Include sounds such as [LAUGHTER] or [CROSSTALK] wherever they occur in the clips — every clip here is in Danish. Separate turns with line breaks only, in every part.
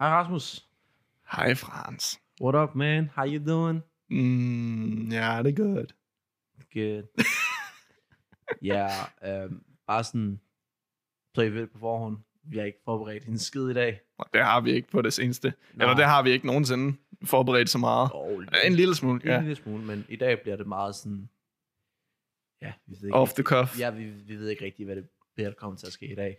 Hej Rasmus.
Hej, Frans.
What up, man? How you doing?
Mm, ja, det er godt.
[LAUGHS] Good. Ja, yeah, øhm, bare sådan, så I ved på forhånd. Vi har ikke forberedt en skid i dag.
Og det har vi ikke på det seneste. Nej. Eller det har vi ikke nogensinde forberedt så meget.
oh, en,
En lille smule,
ja. en
ja.
lille smule, men i dag bliver det meget sådan... Ja, vi ved ikke,
Off the cuff.
ja, vi, vi ved ikke rigtig, hvad det bliver, der kommer til at ske i dag.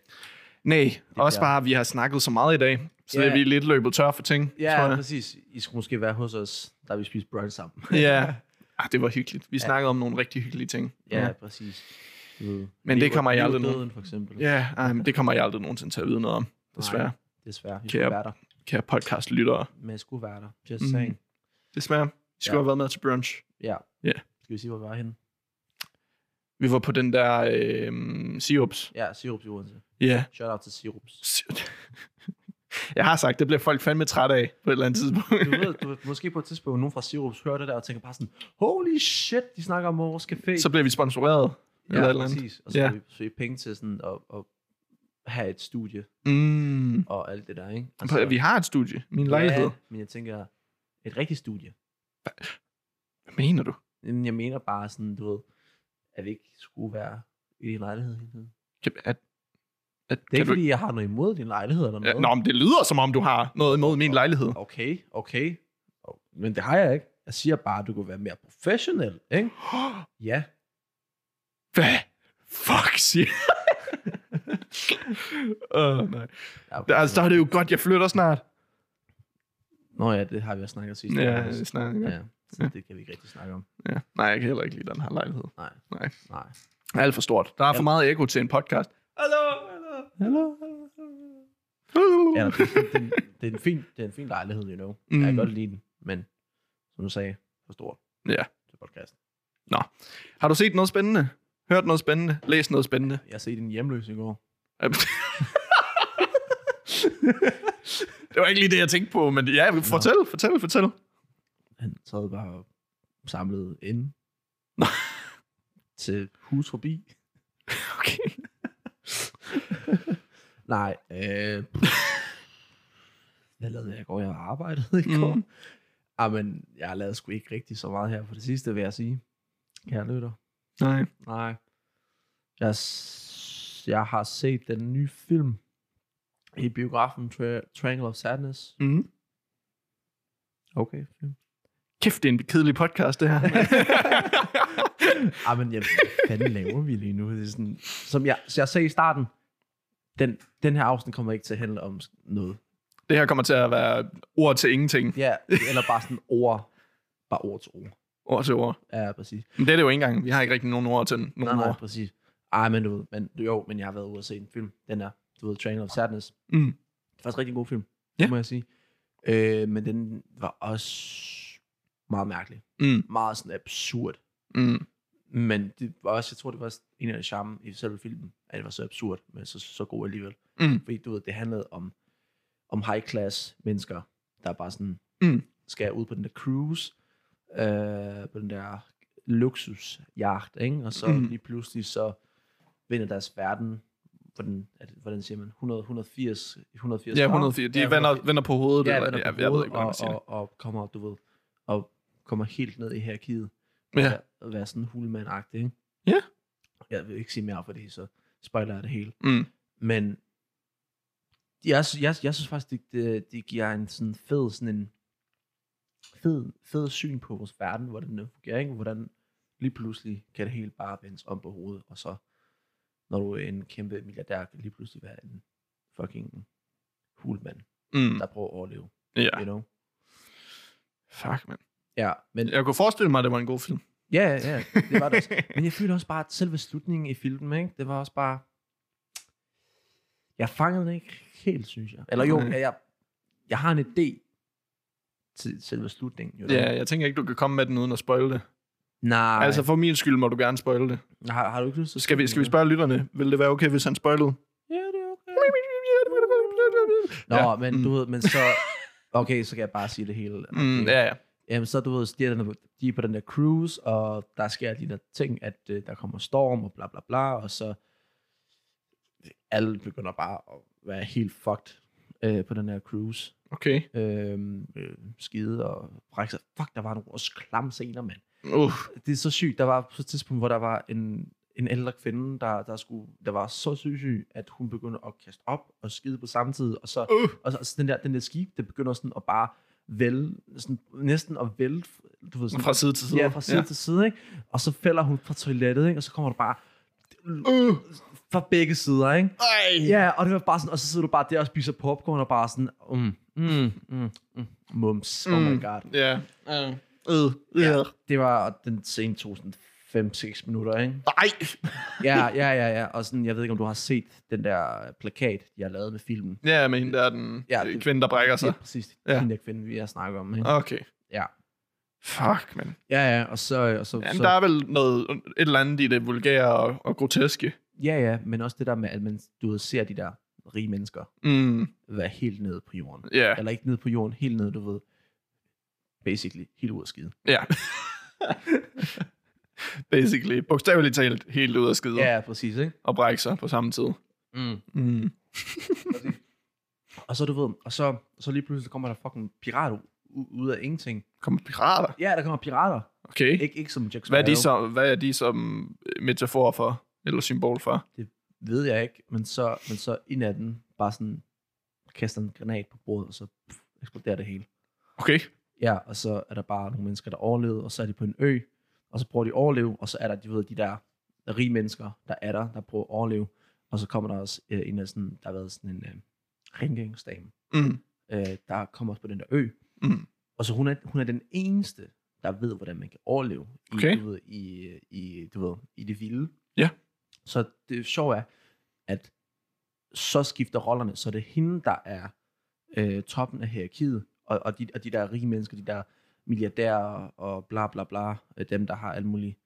Nej, også
bliver-
bare, at vi har snakket så meget i dag, så
Ja.
yeah. vi er lidt løbet tør for ting, tror
Ja,
jeg.
præcis. I skulle måske være hos os, der vi spiste brunch sammen.
Ja. Ah, det var hyggeligt. Vi snakkede om nogle rigtig hyggelige ting.
ja, præcis. Du ved,
Men det
liv-
kommer jeg
liv og
aldrig nu.
døden, for eksempel.
Ja, ej, men det kommer jeg aldrig nogensinde til at vide noget om, desværre. Nej.
Desværre. Vi
Kære-
skulle være der.
Kære podcastlyttere.
Men jeg skulle være der. Just
Mhm.
saying.
Desværre. Vi skulle
Ja.
have været med til brunch.
Ja.
Ja.
Skal vi sige, hvor vi var henne?
Vi var på den der øh, Siops.
Ja, Sirups i Odense.
Ja. Yeah.
Shout out til Sirups.
[LAUGHS] Jeg har sagt, det bliver folk fandme træt af på et eller andet tidspunkt.
Mm. Du ved, du, ved, måske på et tidspunkt, nogen fra Sirups hører det der og tænker bare sådan, holy shit, de snakker om vores café.
Så bliver vi sponsoreret. eller et
ja,
eller andet.
præcis. Og så
Ja.
yeah. vi søge penge til sådan at, at have et studie
Mm.
og alt det der, ikke? Og
Altså, vi har et studie. Min lejlighed.
Ja, men jeg tænker, et rigtigt studie.
Hvad mener du?
Jamen, Jeg mener bare sådan, du ved, at vi ikke skulle være i din lejlighed hele tiden.
Kan, at, at,
Det er ikke,
kan du,
fordi jeg har noget imod din lejlighed eller
ja,
noget.
nå, men det lyder, som om du har noget imod min lejlighed. [GASPS]
Okay, okay. Og- Men det har jeg ikke. Jeg siger bare, at du kunne være mere professionel, ikke? Ja.
Hvad? Fuck, siger
[LAUGHS]
Åh, nej.
ja okay.
Der, altså, der er det jo godt, jeg flytter snart.
Nå ja, det har vi også snakket sidst.
Ja, det snart. Ja.
altså. ja. Så det kan vi ikke rigtig snakke om.
Ja. Nej, jeg kan heller ikke lide den her lejlighed.
Nej.
Nej.
Nej.
Alt for stort. Der er for meget ekko til en podcast.
Hallo, hallo, hallo. Ja, det, er- det, er- det, er en fin, det er en fin lejlighed, you know. Mm. Jeg kan
Mm.
godt lide den, men som du sagde, for stor.
Ja.
Til podcasten.
Har du set noget spændende? Hørt noget spændende? Læst noget spændende?
Jeg har set en hjemløs i går.
[LAUGHS] det var ikke lige det, jeg tænkte på, men ja, fortæl, fortæl, fortæl.
Han sad bare og samlede ind til hus forbi.
Okay.
Nej. Øh, hvad lavede jeg i går? Jeg arbejdede i går.
Mm.
Mm. men jeg har lavet sgu ikke rigtig så meget her på det sidste, vil jeg sige. Kære lytter.
Nej.
Nej. Jeg, s- jeg har set den nye film i biografen Tri- Triangle of Sadness.
Mm.
Okay, film.
Kæft, det er en kedelig podcast, det her.
Ej, Ah, men jeg, hvad [LAUGHS] fanden laver vi lige nu? Det er sådan, som jeg, så jeg sagde i starten, den, den her afsnit kommer ikke til at handle om noget.
[LAUGHS] det her kommer til at være ord til ingenting.
Ja, eller bare sådan ord. Bare ord til ord.
Ord til ord.
Ja, præcis.
Men det er det jo ikke engang. Vi har ikke rigtig nogen ord til nogen
Nej, nej,
ord.
præcis. Ej, men du ved, men, jo, men jeg har været ude og se en film. Den er, du ved, Triangle of Sadness. Det
Mm.
er faktisk en rigtig god film,
Ja.
det må jeg sige. Øh, men den var også meget mærkelig.
Mm.
Meget sådan absurd.
Mm.
Men det var også, jeg tror, det var en af de charme i selve filmen, at det var så absurd, men så, så god alligevel.
Mm.
Fordi du ved, det handlede om, om high class mennesker, der bare sådan
Mm.
skal ud på den der cruise, øh, på den der luksusjagt, ikke? og så
Mm.
mm. lige pludselig så vinder deres verden, hvordan, er det, hvordan siger man, 100, 180, 180
Ja,
grader?
104. De vender, vender på hovedet.
ja,
eller,
vender
ja,
på
jeg ved
hovedet
ikke, hvordan man siger
og,
det.
og, og, kommer, du ved, og kommer helt ned i hierarkiet,
Ja.
ja. at være sådan hulmandagtig, ikke?
Ja.
Jeg vil ikke sige mere, fordi så spoiler jeg det hele.
Mm.
Men jeg, sy- jeg, jeg synes faktisk, det, det, det giver en sådan fed, sådan en fed, fed syn på vores verden, hvordan den fungerer, ikke? Hvordan lige pludselig kan det hele bare vendes om på hovedet, og så når du er en kæmpe milliardær, kan lige pludselig være en fucking hulmand,
Mm.
der prøver at overleve,
Ja.
you know?
Fuck, man.
Ja, men
Jeg kunne forestille mig, at det var en god film.
ja, ja, ja, det var det også.
[LAUGHS]
Men jeg følte også bare, at selve slutningen i filmen, ikke? det var også bare... Jeg fangede den ikke helt, synes jeg. Eller jo,
Nej.
jeg, jeg, jeg har en idé til selve slutningen. Jo,
ja, jeg tænker ikke, du kan komme med den uden at spoile det.
Nej.
Ej. Altså, for min skyld må du gerne spoile det.
har, har du ikke lyst til
Så skal vi, skal vi spørge lytterne, vil det være okay, hvis han spoilede?
Ja, det er okay. Nå,
Ja.
ja. men
Mm.
du ved, men så... Okay, så kan jeg bare sige det hele. Okay.
Mm, ja, ja.
Jamen, så du ved, de er, der- de er på den der cruise, og der sker de der ting, at øh, der kommer storm og bla bla bla, og så alle begynder bare at være helt fucked øh, på den her cruise.
Okay.
Øhm, øh, skide og brække sig. Fuck, der var nogle også klamme scener, mand.
Uff.
Det er så sygt. Der var på et tidspunkt, hvor der var en, en ældre kvinde, der, der, skulle, der var så syg, syg, at hun begyndte at kaste op og skide på samme tid. Og så
Uh.
og så, altså, den, der, den der skib, det begynder sådan at bare vælge, sådan, næsten at vælge, du ved, sådan,
Fra side til side.
ja, fra side ja. til side, ikke? Og så falder hun fra toilettet, ikke? Og så kommer der bare
Uh.
fra begge sider, ikke?
Ej.
Ja, og det var bare sådan, og så sidder du bare der og spiser popcorn og bare sådan, mm, mm, mm, mm, mums, mm. oh
Mm.
my god.
Ja.
Uh.
Øh. Øh.
Ja, det var den sene 2005-6 minutter, ikke?
Nej.
Ja, ja, ja, ja. Og sådan, jeg ved ikke, om du har set den der plakat, jeg har lavet med filmen.
Ja, men hende der er den
Ja,
ja,
det-
det, kvinde, der brækker sig.
Ja, præcis.
Ja.
Ja. Den der kvinde, vi har snakket om, ikke?
Okay.
Ja.
Fuck, men.
Ja, ja, og så... Og så,
Jamen,
så
der er vel noget, et eller andet i det vulgære og, og groteske.
Ja, ja, men også det der med, at man, du ved, ser de der rige mennesker
Mm,
være helt nede på jorden.
ja,
Eller ikke nede på jorden, helt nede, du ved. Basically, helt ud af skide.
ja. [LAUGHS] Basically, bogstaveligt talt, helt ud af skide yeah.
Ja, præcis, ikke?
og brække sig på samme tid.
Mm.
Mm.
Og så, du ved, og så, så lige pludselig kommer der fucking pirater u- ud af ingenting.
Kom pirater.
Ja, der kommer pirater.
Okay.
Ikke, ikke som Jack
Hvad er, de
Sparrow,
så, hvad er de som øh, metafor for, eller symbol for?
Ved jeg ikke, men så, men så i natten bare sådan kaster en granat på bordet, og så pff, eksploderer det hele.
Okay.
Ja, og så er der bare nogle mennesker, der overlevede, og så er de på en ø, og så prøver de at overleve, og så er der, de ved, de der rige mennesker, der er der, der prøver at overleve, og så kommer der også øh, en af sådan, der har været sådan en øh, rengøringsdame,
Mm.
øh, der kommer også på den der ø,
Mm.
og så hun er, hun er den eneste, der ved, hvordan man kan overleve i,
Okay.
du ved, i, øh, i, du ved, i det vilde.
Ja.
Så det sjove er, at så skifter rollerne, så det er hende, der er øh, toppen af hierarkiet, og, og, de, og de der rige mennesker, de der milliardærer og bla bla bla, øh, dem, der har alle mulige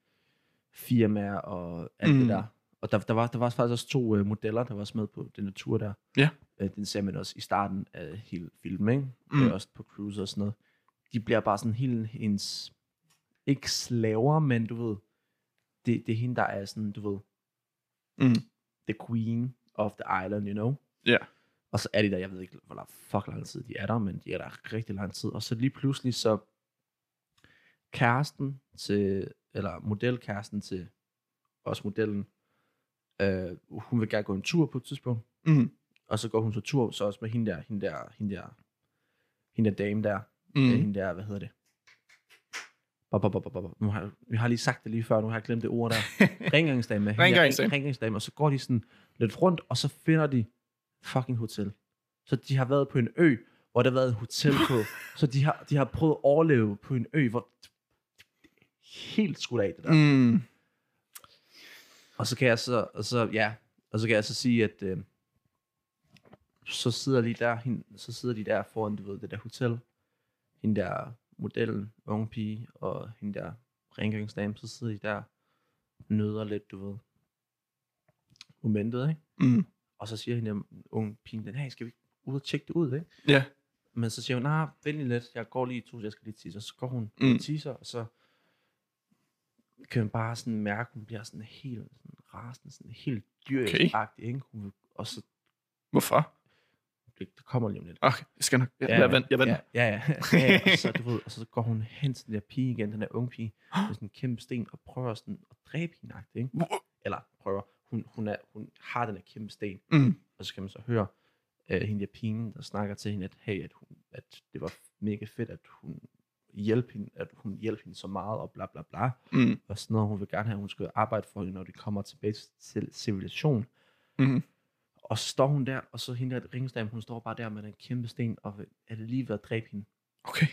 firmaer og alt mm.
Mm.
det der. Og der, der, var, der var faktisk også to øh, modeller, der var også med på den tur der.
Ja.
Øh, den ser man også i starten af hele filmen, ikke?
Mm.
Mm. Øh, også på cruise og sådan noget. De bliver bare sådan helt hendes, ikke slaver, men du ved, det, det er hende, der er sådan, du ved,
Mm.
the queen of the island, you know?
Ja.
Og så er de der, jeg ved ikke, hvor lang, fuck lang tid de er der, men de er der rigtig lang tid. Og så lige pludselig så kæresten til, eller modelkæresten til også modellen, øh, hun vil gerne gå en tur på et tidspunkt,
Mm.
og så går hun så tur, så også med hende der, hende der, hende der, hende der dame der, mm.
Mm.
hende der, hvad hedder det? Bop, bop, bop, bop, bop. Nu har, vi har lige sagt det lige før, nu har jeg glemt det ord der. Rengøringsdame. hende der
Rengøringsdame.
Rengøringsdame. Og så går de sådan lidt rundt, og så finder de fucking hotel. Så de har været på en ø, hvor der har været et hotel på. så de har, de har prøvet at overleve på en ø, hvor helt skudt af det der. Mm.
Mm.
Og så kan jeg så, og så, ja, og så kan jeg så sige, at øh, så sidder de der, hende, så sidder de der foran, du ved, det der hotel, hende der modellen, unge pige, og hende der rengøringsdame, så sidder de der, nøder lidt, du ved, momentet, ikke?
Mm.
Og så siger hende der unge pige, den her, skal vi ikke ud og tjekke det ud, ikke?
Ja.
Men så siger hun, nej, nah, vent lige lidt, jeg går lige i to, jeg skal lige tisse. Og så går hun
Mm.
mm. og tisser, og så kan man bare sådan mærke, hun bliver sådan helt sådan rasende, sådan helt dyrisk-agtig, ikke? Hun vil, og så
Hvorfor?
det, det kommer lige om lidt.
Okay, jeg skal nok. Jeg, jeg, venter. jeg venter.
Ja, ja, ja. ja, ja. Og, så, du ved, og så går hun hen til den der pige igen, den der unge pige, med sådan en kæmpe sten, og prøver sådan at dræbe hende, ikke? Eller prøver, hun, hun, er, hun har den der kæmpe sten,
Mm.
og så kan man så høre øh, hende der pigen, der snakker til hende, at, hey, at, hun, at det var mega fedt, at hun hjalp hende, at hun hjalp hende så meget, og bla bla bla,
Mm.
og sådan noget, hun vil gerne have, at hun skal arbejde for hende, når de kommer tilbage til civilisation.
Mm.
Og så står hun der, og så hende der ringsdame, hun står bare der med den kæmpe sten, og vil- er det lige ved at dræbe hende.
Okay.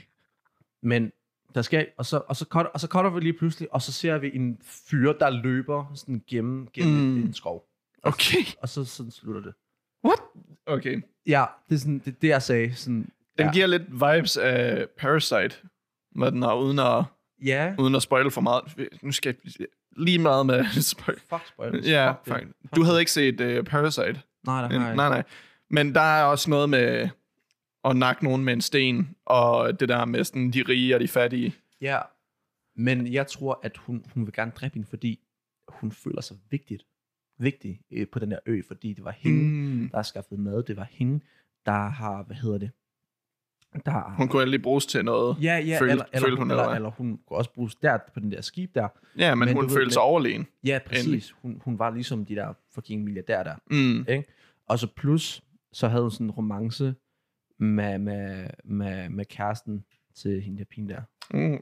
Men der skal, og så, og så, cut, og så cutter vi lige pludselig, og så ser vi en fyr, der løber sådan gennem, gennem
Mm.
mm. en skov. Og,
Okay.
og så sådan slutter det.
What? Okay.
Ja, det er sådan, det, er det jeg sagde. Sådan,
Den
ja.
giver lidt vibes af Parasite, hvad den har, uden at,
Ja.
uden at spoil for meget. Nu skal jeg lige meget med [LAUGHS] spoil.
Fuck spoilers.
Ja,
fuck det.
fuck. Du havde ikke set uh, Parasite.
Nej, der har jeg
Nej.
ikke.
nej, nej. Men der er også noget med at nakke nogen med en sten, og det der med sådan, de rige og de fattige.
Ja. Men jeg tror, at hun, hun vil gerne dræbe hende, fordi hun føler sig vigtigt, vigtig øh, på den der ø, fordi det var hende,
Mm.
der har skaffet mad. Det var hende, der har, hvad hedder det, der...
Hun kunne aldrig bruges til noget.
Ja, ja,
følte-
eller, eller,
følte hun,
hun, eller,
eller hvad?
eller, hun kunne også bruges der på den der skib der.
Ja, men,
Men
men hun
du ved,
følte sig overlegen.
Ja,
Endelig.
præcis. Hun, hun var ligesom de der fucking milliardærer der.
Mm.
Og så plus, så havde hun sådan en romance med, med, med, med kæresten til hende der pigen der.
Mm.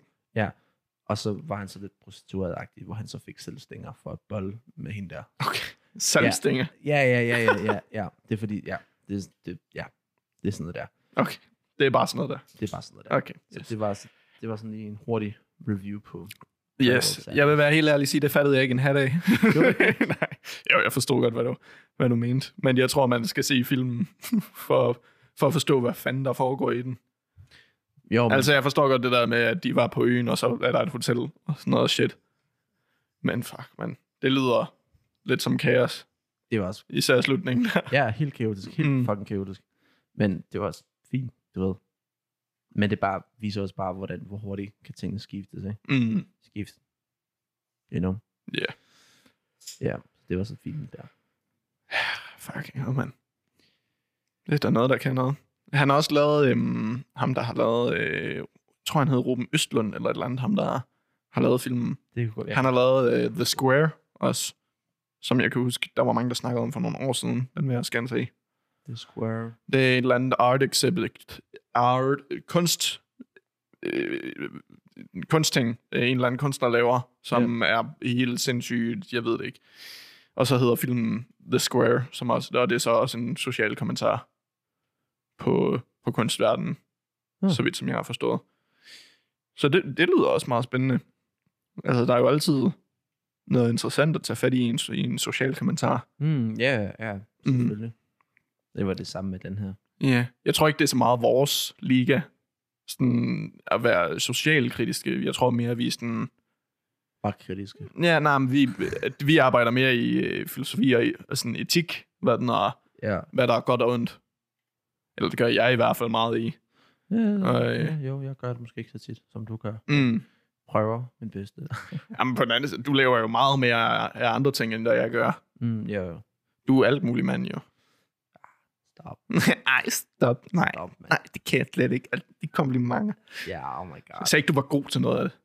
Og så var han så lidt prostitueret hvor han så fik selvstænger for at bolle med hende der.
Salgstænger.
Ja, ja, ja, ja, ja, ja. Det er fordi, ja, det, det, ja, det er sådan noget der.
Okay, det er bare sådan noget der.
Det er bare sådan noget der.
Okay.
Så det var, det var sådan lige en hurtig review på.
Yes, jeg vil være helt ærlig og sige, det fattede jeg ikke en halv dag.
Gjorde du
[LAUGHS] Nej, jo, jeg forstod godt, hvad du, hvad du mente. Men jeg tror, man skal se filmen [LAUGHS] for, for at forstå, hvad fanden der foregår i den.
Jo, men, altså,
Altså, jeg forstår godt det der med, at de var på øen, og så er der et hotel og sådan noget shit. Men fuck, man. Det lyder lidt som kaos.
det var også,
Især slutningen der. [LAUGHS]
ja, helt kaotisk, helt
Mm.
mm. fucking kaotisk. Men det var også fint, du ved. Men det bare, viser også bare, hvordan, hvor hurtigt kan tingene skiftes, ikke?
Mm.
Skift. You know?
Ja.
Ja, det var så fint der.
Fucking hell, mand. Det er der noget, der kan noget. Han har også lavet, øhm, ham der har lavet, øh, jeg tror han hed Ruben Østlund, eller et eller andet, ham der har lavet filmen.
Det kunne godt
Ja.
være.
Han har lavet øh, The Square også, som jeg kan huske, der var mange, der snakkede om for nogle år siden. Den vil jeg også gerne se.
The Square.
Det er et eller andet art exhibit, art, kunst, øh, en kunstting, øh, en eller anden kunstner laver, som er helt sindssygt, jeg ved det ikke. Og så hedder filmen The Square, som også, og det er så også en social kommentar på, på kunstverdenen,
Hmm.
så vidt som jeg har forstået. Så det, det lyder også meget spændende. Altså, der er jo altid noget interessant at tage fat i i en, i en social kommentar.
Mm, ja, ja,
Mhm.
selvfølgelig. Det var det samme med den her.
Ja, yeah. jeg tror ikke, det er så meget vores liga, sådan at være socialkritiske. Jeg tror mere, vi er sådan...
Bare kritiske.
Ja, nej, men vi, at vi arbejder mere i øh, filosofi og, i, og sådan etik, hvad, den er,
Ja.
hvad der er godt og ondt. Eller det gør jeg i hvert fald meget i.
Ja,
Ej.
ja, jo, jeg gør det måske ikke så tit, som du gør.
Mm.
Prøver min bedste.
Jamen på den anden side, du laver jo meget mere af andre ting, end der jeg gør.
mm, ja, jo.
Du er alt mulig mand, jo.
Stop,
[LAUGHS] Ej, stop. Nej,
stop, mand.
nej, det kan jeg slet ikke. Alle de komplimenter.
Ja, yeah, oh my god.
Jeg sagde ikke, du var god til noget af det.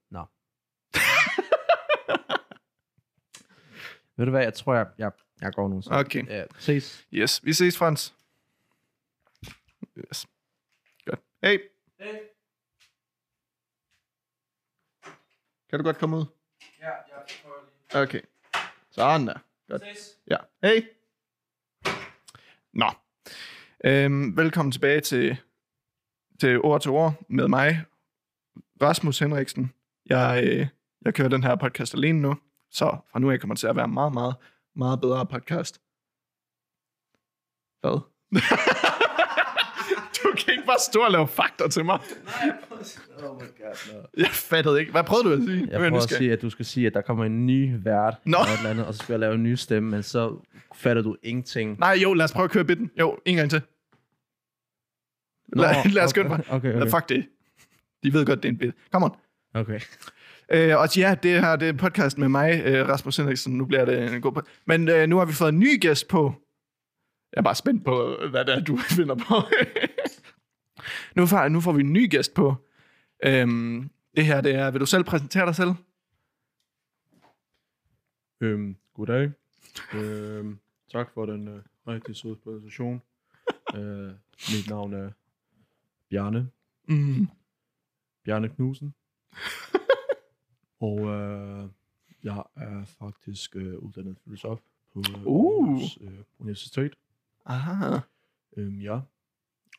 Ved du hvad, jeg tror, jeg, jeg, jeg går nu. Så.
Okay.
Ja, ses.
Yes, vi ses, Frans. Yes. Godt. Hey.
Hey.
Kan du godt komme ud?
Ja, jeg prøver lige.
Okay. Sådan der. Godt.
Ses.
Ja. Hey. Nå. Øhm, velkommen tilbage til, til Ord til Ord med mig, Rasmus Henriksen. Jeg, øh, jeg kører den her podcast alene nu, så fra nu af kommer det til at være en meget, meget, meget bedre podcast. Hvad? [LAUGHS] du kan ikke bare stå og lave fakta til mig.
Oh my god, no.
Jeg fattede ikke. Hvad prøvede du at sige?
Jeg prøver at sige, at du skal sige, at der kommer en ny vært,
Nå.
eller et eller andet, og så skal jeg lave en ny stemme, men så fatter du ingenting.
Nej, jo, lad os prøve at køre bitten. Jo, en gang til.
Nå,
lad- lad os skynde mig.
okay, okay,
Okay.
okay,
Fuck det. De ved godt, det er en bit. Kom on.
okay.
Øh, og ja, det her det er podcast med mig, øh, Rasmus Henriksen. Nu bliver det en god pod- Men øh, nu har vi fået en ny gæst på. Jeg er bare spændt på, hvad det er, du [LAUGHS] finder på. nu, får, nu får vi en ny gæst på. Øhm, det her, det er... Vil du selv præsentere dig selv?
Øhm, goddag. Øhm, tak for den øh, rigtig søde præsentation. øh, mit navn er Bjarne.
Mm.
Bjarne Knudsen. og øh, jeg er faktisk øh, uddannet filosof på øh,
Uh.
Aarhus, øh, Universitet.
Aha.
Øhm, ja.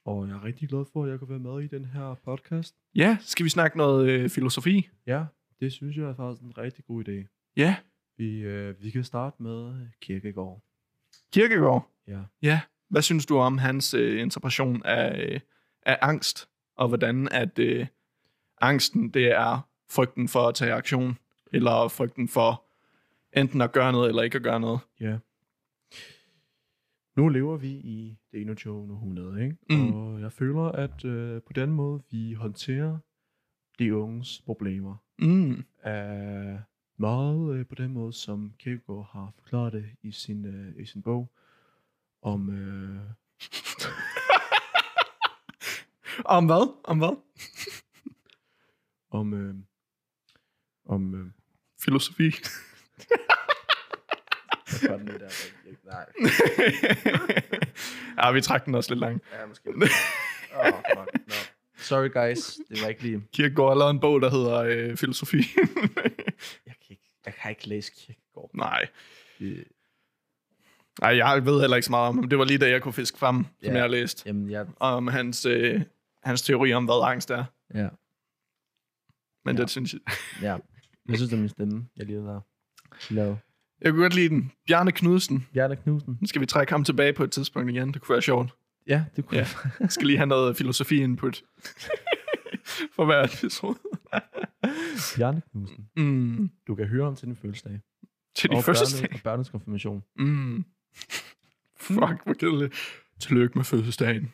Og jeg er rigtig glad for, at jeg kan være med i den her podcast.
Ja, skal vi snakke noget øh, filosofi?
Ja, det synes jeg er faktisk en rigtig god idé.
Ja.
Vi, øh, vi kan starte med Kirkegaard.
Kirkegaard?
Ja.
Ja. Hvad synes du om hans øh, interpretation af, øh, af angst, og hvordan at øh, angsten, det er frygten for at tage aktion, eller frygten for enten at gøre noget, eller ikke at gøre noget?
Ja. Nu lever vi i det 21. århundrede, ikke?
Mm.
Og jeg føler, at øh, på den måde, vi håndterer de unges problemer,
Mm.
er meget øh, på den måde, som Kierkegaard har forklaret det i sin, øh, i sin bog om... Øh,
[LAUGHS] Om hvad? Om hvad?
om, øh, om øh,
[LAUGHS] Filosofi.
Så var den der, der gik. Nej.
ja, Ah, vi trak den også lidt langt.
Ja, måske. Åh, oh, fuck. No. Sorry, guys. Det var ikke lige...
Kierkegaard har lavet en bog, der hedder øh, Filosofi. [LAUGHS]
Jeg kan ikke, jeg kan ikke læse Kierkegaard.
Nej.
Det,
Nej, jeg ved heller ikke så meget om ham. Det var lige da jeg kunne fiske frem, yeah.
Ja.
som jeg har læst.
jamen, jeg...
Om hans, øh, hans teori om, hvad angst er.
Ja,
Men
Ja.
ja. det synes jeg...
ja. Jeg synes, det er min stemme, jeg lige har lavet.
Jeg kunne godt lide den. Bjarne Knudsen.
Bjarne Knudsen.
Nu skal vi trække ham tilbage på et tidspunkt igen. Det kunne være sjovt.
Ja, det kunne
Ja.
jeg
Jeg skal lige have
[LAUGHS]
noget filosofi-input. For hver episode.
Bjarne Knudsen.
Mm.
Du kan høre om til din fødselsdag.
Til de
og,
første.
børne, og børnets konfirmation.
Mm. Fuck, hvor kedeligt. Tillykke med fødselsdagen.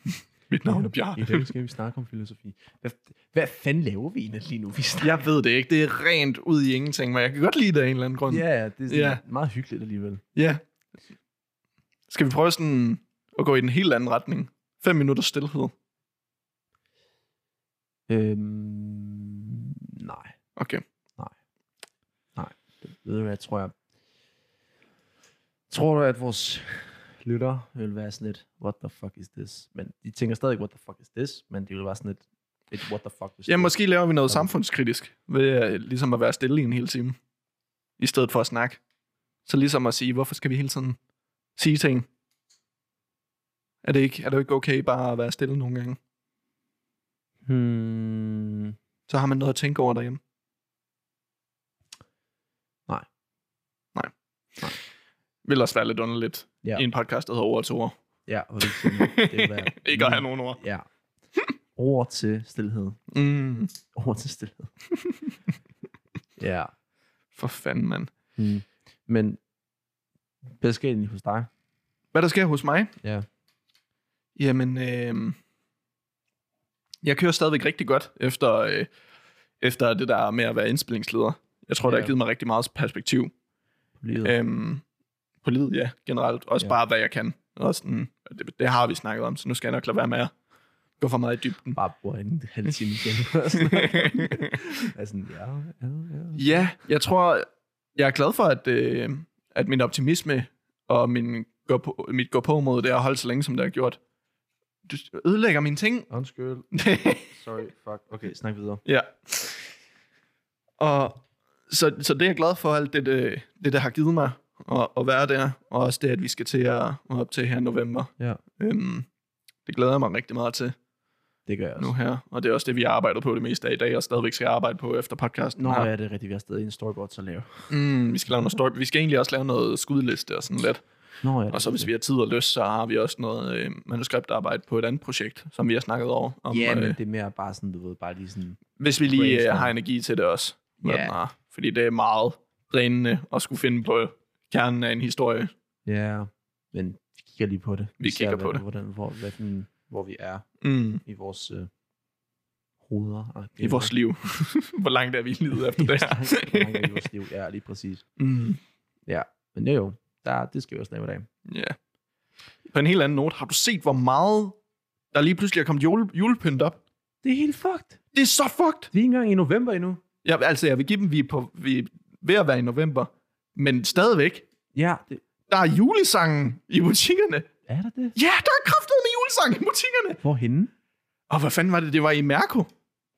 Mit navn er
I
Bjarne.
dag skal vi snakke om filosofi. Hvad, hvad fanden laver vi egentlig lige nu? Vi snakker.
Jeg ved det ikke. Det er rent ud i ingenting, men jeg kan godt lide det af en eller anden grund.
Ja, ja, det er sådan
Ja.
meget hyggeligt alligevel.
Ja. Skal vi prøve sådan at gå i den helt anden retning? 5 minutter stillhed.
Øhm, nej,
Okay.
det ved du hvad, tror jeg. Tror du, at vores lytter vil være sådan lidt, what the fuck is this? Men de tænker stadig, what the fuck is this? Men de vil være sådan lidt, et what the fuck is
Ja,
this?
måske laver vi noget
Okay.
samfundskritisk ved øh, ligesom at være stille i en hel time. I stedet for at snakke. Så ligesom at sige, hvorfor skal vi hele tiden sige ting? Er det ikke, er det ikke okay bare at være stille nogle gange?
Hmm,
Så har man noget at tænke over derhjemme.
Nej.
Nej.
Nej.
Det ville også være lidt underligt
Ja.
ja. i en podcast, der hedder Over to ord.
ja, og det, det vil være...
[LAUGHS] ikke at have nogen ord.
Ja. Over til stillhed.
Mm.
Over til
[LAUGHS]
stillhed. ja.
For fanden, mand.
Hmm. Men hvad sker egentlig hos dig?
Hvad der sker hos mig?
Ja.
Jamen, øh, jeg kører stadigvæk rigtig godt efter, øh, efter det der med at være indspillingsleder. Jeg tror, ja.
Ja.
det har givet mig rigtig meget perspektiv.
på livet?
Øhm, på livet, ja, generelt. Også
Ja.
ja. bare, hvad jeg kan. Og sådan, og det, det har vi snakket om, så nu skal jeg nok lade være med at gå for meget i
[LAUGHS]
dybden.
bare bruger en halv time
[LAUGHS]
igen. [LAUGHS] altså, sådan, ja, ja, ja.
ja, jeg tror, jeg er glad for, at, øh, at min optimisme og min gå på, mit gå på mod det har holdt så længe, som det har gjort. Du ødelægger mine ting. [LAUGHS]
Undskyld. Sorry, fuck. Okay, snak videre.
Ja. Og så, så det er jeg glad for, alt det, det, det der har givet mig at, at være der, og også det, at vi skal til at, at op til her i november.
Ja.
Øhm, det glæder jeg mig rigtig meget til
Det gør jeg også.
nu her, og det er også det, vi arbejder på det meste af i dag, og stadigvæk skal arbejde på efter podcasten.
Nå,
her.
ja, det er rigtigt. Vi har stadig en storyboard til at lave.
Mm, vi skal lave noget story. Vi skal egentlig også lave noget skudliste og sådan lidt.
Nå, ja, det er
Og så hvis vi
rigtigt.
har tid og lyst, så har vi også noget øh, manuskriptarbejde på et andet projekt, som vi har snakket over. Om,
Ja, men
øh,
det er mere bare sådan, du ved, bare lige sådan...
Hvis vi lige øh,
Brainstorm.
har energi til det også. hvad
Ja.
den har. Fordi det er meget drænende at skulle finde på kernen af en historie.
Ja, men vi kigger lige på det.
Vi
ser,
kigger på
hvad-
det.
Hvordan, hvor, hvad for en, hvor vi er
Mm.
i vores øh, hoveder. Ah, Og
I vores liv. [LAUGHS] Hvor langt er vi i
[LAUGHS]
livet efter det her?
her. I vores liv, ja, lige præcis.
[LAUGHS] mm.
Men jo, jo, der, det skal vi også lave i dag.
Ja. På en helt anden note, har du set, hvor meget der lige pludselig er kommet jule, julepynt op?
Det er helt fucked.
Det er så fucked!
Vi er ikke engang i november endnu.
Jeg, altså, jeg vil give dem, vi er, på, vi er ved at være i november. Men stadigvæk,
Ja, det,
der er julesangen i butikkerne.
er der det?
Ja, der er kraftet med julesang i butikkerne!
Hvorhenne?
Og hvad fanden var det? Det var i Mærko.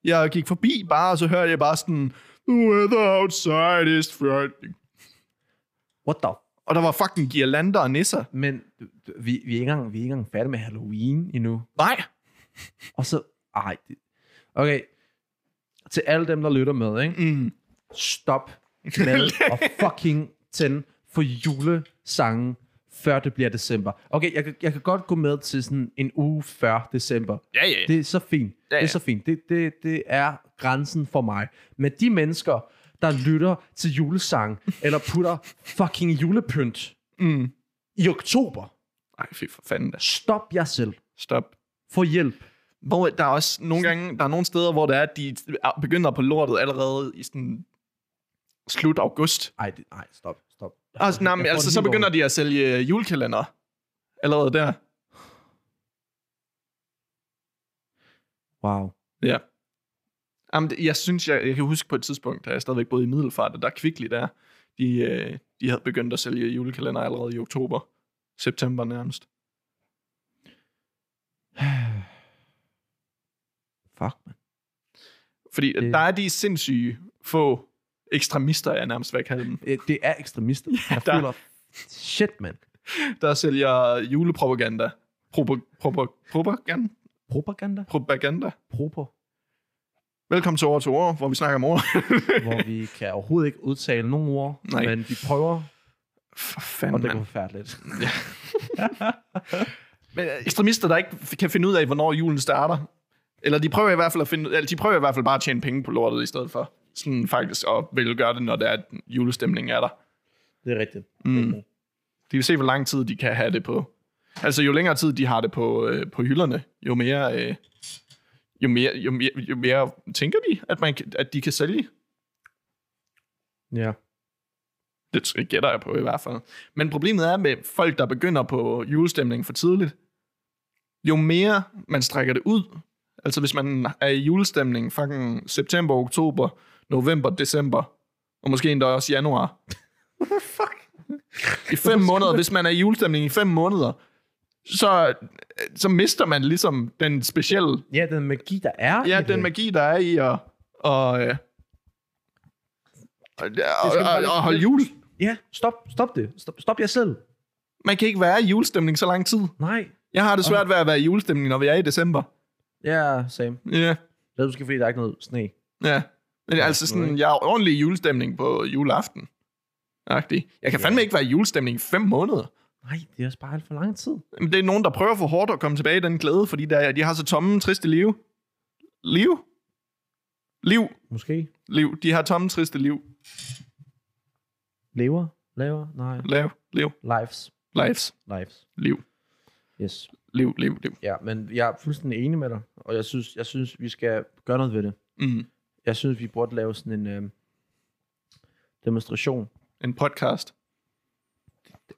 Jeg gik forbi bare, og så hørte jeg bare sådan, The weather outside is frightening.
What the
Og der var fucking girlander og nisser.
Men du- du- vi, vi, er ikke engang, vi er ikke engang færdige med Halloween endnu.
Nej.
Og så... Ej, det, okay. Til alle dem, der lytter med, ikke?
Mm.
Stop
[LAUGHS]
med at fucking tænde for julesangen, før det bliver december. Okay, jeg, kan- jeg kan godt gå med til sådan en uge før december.
Ja, ja.
Det er så fint. Ja,
Ja,
ja. Det
ja.
er så fint. Det, det, det er grænsen for mig. Men de mennesker, der lytter til julesang, eller putter fucking julepynt
Mm.
i oktober,
Ej, fy for fanden da.
stop jer selv.
Stop.
Få hjælp.
Hvor der er også nogle gange, der er nogle steder, hvor det er, at de begynder på lortet allerede i sådan slut august.
Ej, det, nej, stop, stop. Jeg
Altså,
får-
nej,
jeg
men
får
altså
den
så
helt
begynder de at sælge julekalender allerede der.
over. Wow.
Ja. Jamen, det- jeg synes, jeg, jeg kan huske på et tidspunkt, da jeg stadigvæk boede i Middelfart, at der kvickligt der, de, øh, de havde begyndt at sælge julekalender allerede i oktober, september nærmest.
[SIGHS] Fuck, man.
Fordi det...
Det-
der er de sindssyge få ekstremister, jeg nærmest vil kalde dem,
Øh, Det er ekstremister. Ja,
der-
der... føler... Shit, man.
der sælger julepropaganda. Propo, propo, propaganda?
Propaganda?
Propaganda?
Proper.
Velkommen til Ord til Ord, hvor vi snakker om ord. [LAUGHS]
hvor vi kan overhovedet ikke udtale nogen ord,
Nej.
Nej. men vi prøver,
For
og det
fanden,
går
man.
forfærdeligt. [LAUGHS]
Men øh, ekstremister, der ikke f- kan finde ud af, hvornår julen starter. Eller de prøver i hvert fald at finde, eller de prøver i hvert fald bare at tjene penge på lortet i stedet for. Sådan faktisk at vil gøre det, når der er, at julestemningen er der.
Det er rigtigt.
Mm. De vil se, hvor lang tid de kan have det på. Altså, jo længere tid de har det på, øh, på hylderne, jo mere, øh, jo, mere, jo, mere, jo mere tænker de, at, man, kan- at de kan sælge.
Ja.
[LAUGHS] Det t- gætter jeg på i hvert fald. Men problemet er med folk, der begynder på julestemningen for tidligt, jo mere man strækker det ud, altså hvis man er i julestemning fucking september, oktober, november, december, og måske endda også januar. Fuck. I fem måneder, hvis man er i julestemning i fem måneder, så, så mister man ligesom den specielle,
ja, den magi, der er. i
ja,
det.
den magi, der er i at, og, øh, og, og, og, og holde jul.
Ja, stop, stop det. Stop, stop jer selv.
Man kan ikke være i julestemning så lang tid.
Nej.
Jeg har det svært ved at være i julestemning, når vi er i december.
Ja, same.
Ja, yeah.
Det er måske, fordi der er ikke noget sne.
ja. Yeah. Men altså sådan, jeg er ordentlig i julestemning på juleaften. Agtig. Jeg kan fandme ikke være i julestemning i fem måneder.
Nej, det er også bare alt for lang tid.
Men det er nogen, der prøver for hårdt at komme tilbage i den glæde, fordi der, de har så tomme, triste liv. Liv? Liv.
Måske.
Liv. De har tomme, triste liv.
Lever? Lever? Nej.
Lav. Liv.
Lives.
Lives.
Lives.
Liv.
Yes.
Liv. Liv. Liv.
Ja, men jeg er fuldstændig enig med dig, og jeg synes, jeg synes vi skal gøre noget ved det.
Mm.
Jeg synes, vi burde lave sådan en øh, demonstration,
En podcast.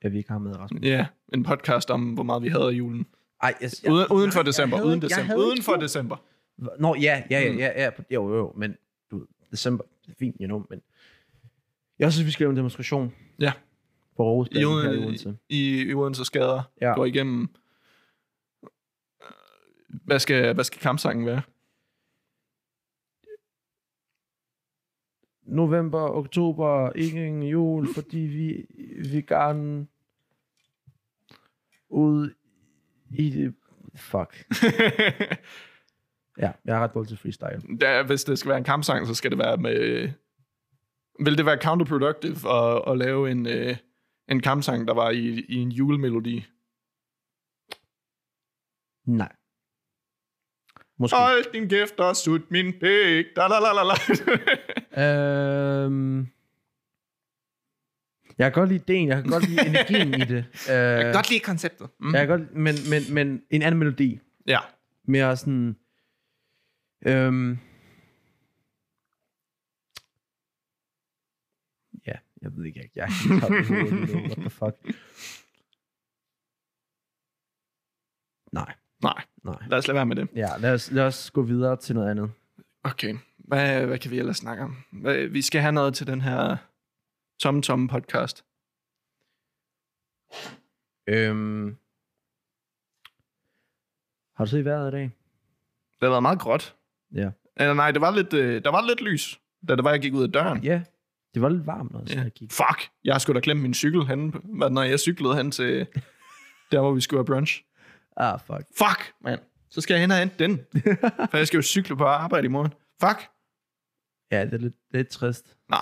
at vi ikke har med Rasmus.
Ja, yeah. en podcast om, hvor meget vi hader julen.
Ej, jeg, jeg,
Uden, uden for
nej, jeg
december.
havde
Uden
ikke- jeg
december.
havde ikke
Uden for
tro.
december.
Nå, ja, ja, ja,
Mm.
ja, ja jo, jo, jo, men du ved, december, det er fint, you know, men jeg synes, vi skal lave en demonstration.
Ja.
På Aarhus
i,
Plads her i
Odense.
Odense.
i, i Odense skader ja.
Ja.
går igennem. Øh, Hvad skal, hvad skal kampsangen [LAUGHS] være?
November, oktober, ingen jul, fordi vi, vi gerne ud i det. Fuck. Ja, jeg er ret dårlig til freestyle.
der, hvis det skal være en kampsang, så skal det være med... Vil det være counterproductive at, at lave en, øh, en kampsang, der var i, i en julemelodi?
Nej. Måske.
Hold din kæft og sut min pæk. Da, la, la, [LAUGHS] la, la.
Øhm, jeg kan godt lide ideen, jeg kan godt lide energien i det. Øh, jeg kan
lide konceptet. Mm.
Jeg kan godt, men, men, men en anden melodi.
Ja.
Mere sådan... Øhm, ja, jeg ved ikke, jeg, jeg er helt oppe i hovedet lige nu. What the fuck? Nej,
Nej,
nej.
lad os lade være med det.
Ja, lad os, lad os gå videre til noget andet.
Okay, hvad, hvad kan vi ellers snakke om? Hvad, vi skal have noget til den her tomme, tomme podcast.
Øhm, har du set vejret i dag?
Det har været meget gråt.
Ja.
Eller nej, det var lidt, øh, der var lidt lys, da det var, jeg gik ud af døren.
Ja, det var lidt varmt også,
Ja.
ja. jeg gik.
Fuck, jeg skulle da glemme min cykel henne, på- hvad, når jeg cyklede hen
[LAUGHS]
til der, hvor vi skulle have brunch.
Ah, fuck.
Fuck, mand. Så skal jeg hen og hente
[LAUGHS]
den. For jeg skal jo cykle på arbejde i morgen. Fuck.
Ja, det er lidt, lidt trist.
Nå,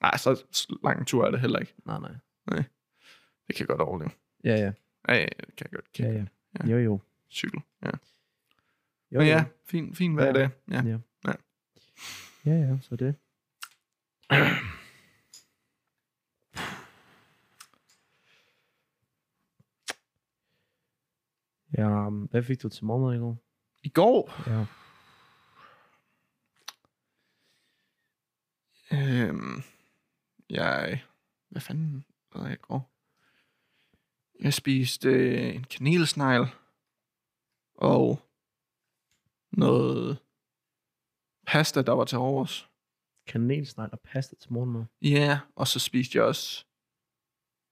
nej, så så lang en tur er det heller ikke.
Nej, nej.
Det kan jeg godt overleve.
Ja, ja.
Ja, ja, det kan jeg godt. Kan
Ja,
jeg
ja.
godt. Ja.
Jo, jo.
Cykle, ja.
Jo,
Men
jo.
ja, fin, fin hvad er det? Ja.
Ja, ja, så det. ja, um, hvad fik du til morgenmad i går?
I går,
Ja.
Øhm, jeg... Hvad fanden lavede jeg i går? Jeg spiste øh, en kanelsnegl og noget pasta, der var til overs.
Kanelsnegl og pasta til morgenmad.
Ja, yeah. og så spiste jeg også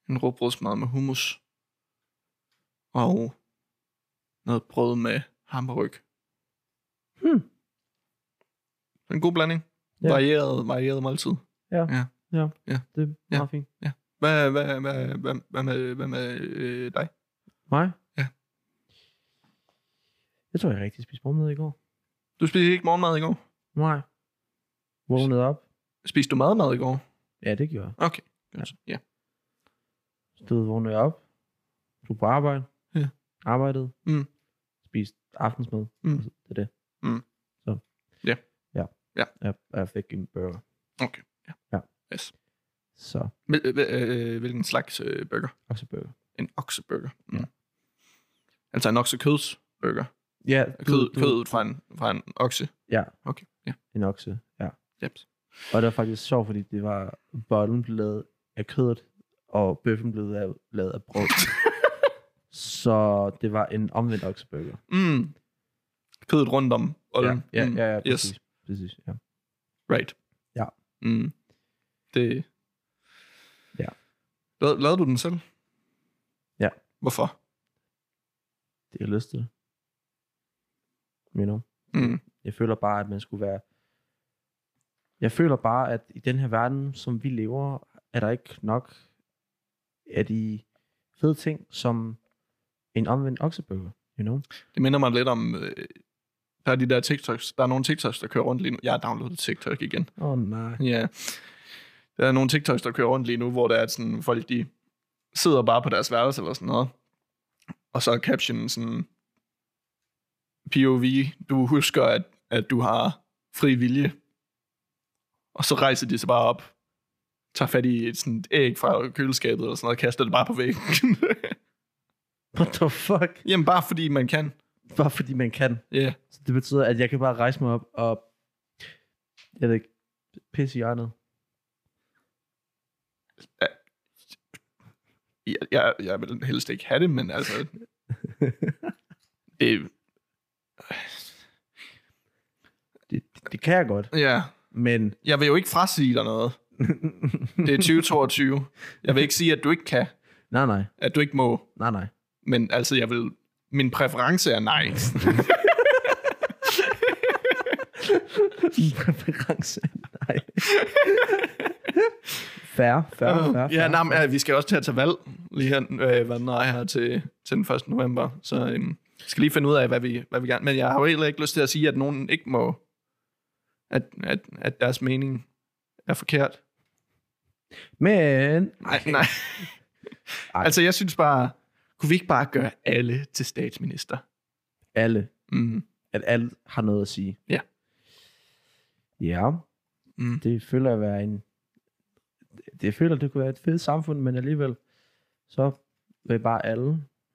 en råbrødsmad med hummus. Og noget brød med hamburg.
Hmm.
En god blanding.
Ja.
Yeah. Varieret, varieret måltid.
Det er
Ja.
meget fint.
Hvad, hvad, hvad, hvad, hvad med, hvad med øh, dig?
Mig?
Ja.
Jeg tror, jeg rigtig spiste morgenmad i går.
Du spiste ikke morgenmad i går.
Nej. Vågnede op.
Spiste du madmad i går?
Ja, det gjorde jeg.
Okay. Godt. Ja.
Stod vågnede jeg op. Tog på arbejde.
Ja.
Arbejdede.
Mm.
Spiste aftensmad.
Mm.
og så- Det er det.
Mm.
Så.
Ja.
Ja.
Ja.
Jeg, jeg fik en burger.
Okay. Ja.
Ja.
Yes.
Så.
Hvil, hvil, øh, hvilken slags øh, burger?
Okseburger.
En okseburger. Mm. Ja. Altså en oksekødsburger.
Ja,
Kød, kødet fra en, fra en okse.
Ja.
Okay. Ja.
En okse, ja.
Yep.
Og det var faktisk sjovt, fordi det var, bollen blev lavet af kødet, og bøffen blev lavet, lavet af brød. så det var en omvendt okseburger.
Mm. Kødet rundt om.
ja,
olden.
ja,
Mm.
ja, ja, præcis.
Yes.
Yes. præcis ja.
Right.
Ja.
Mm. Det...
Ja.
La- lavede du den selv?
Ja.
Hvorfor?
Det jeg lyst til. det. You know?
Mm.
Jeg føler bare, at man skulle være... Jeg føler bare, at i den her verden, som vi lever, er der ikke nok af de fede ting, som en omvendt okseburger, you know?
Det minder mig lidt om... Øh, der er de der TikToks. Der er nogle TikToks, der kører rundt lige nu. Jeg har downloadet TikTok igen.
Åh oh, nej.
Ja. Der er nogle TikToks, der kører rundt lige nu, hvor der er sådan, folk de sidder bare på deres værelse eller sådan noget. Og så er captionen sådan, POV, du husker, at, at du har fri vilje. Og så rejser de sig bare op, tager fat i et sådan et æg fra køleskabet eller sådan noget, og kaster det bare på væggen. [LAUGHS]
What the fuck?
Jamen bare fordi man kan.
Bare fordi man kan.
Ja, yeah.
Så det betyder, at jeg kan bare rejse mig op og... Jeg ved ikke, pisse i hjørnet.
jeg, jeg, jeg vil helst ikke have det, men [LAUGHS] altså... det,
Det, det, det kan jeg godt,
ja,
men... [LAUGHS]
jeg vil jo ikke frasige dig noget. Det er 2022. Jeg vil ikke sige, at du ikke kan,
nej, nej,
at du ikke må,
nej, nej.
men altså, jeg vil... Min præference er nej.
Min præference er nej. Færre, færre, færre.
ja, nej, men, ja, vi skal også til at tage valg lige her, øh, hvad den er her til, til den 1. november, så øhm, vi skal lige finde ud af, hvad vi, hvad vi gerne... Men jeg har jo heller ikke lyst til at sige, at nogen ikke må, at, at, at deres mening er forkert.
Men...
Nej, [LAUGHS] nej.
Ej.
altså, jeg synes bare, kunne vi ikke bare gøre alle til statsminister?
Alle.
Mm.
At alle har noget at sige.
Ja.
Ja,
Mm.
det føler jeg være en... Det føler, det kunne være et fedt samfund, men alligevel, så vil bare alle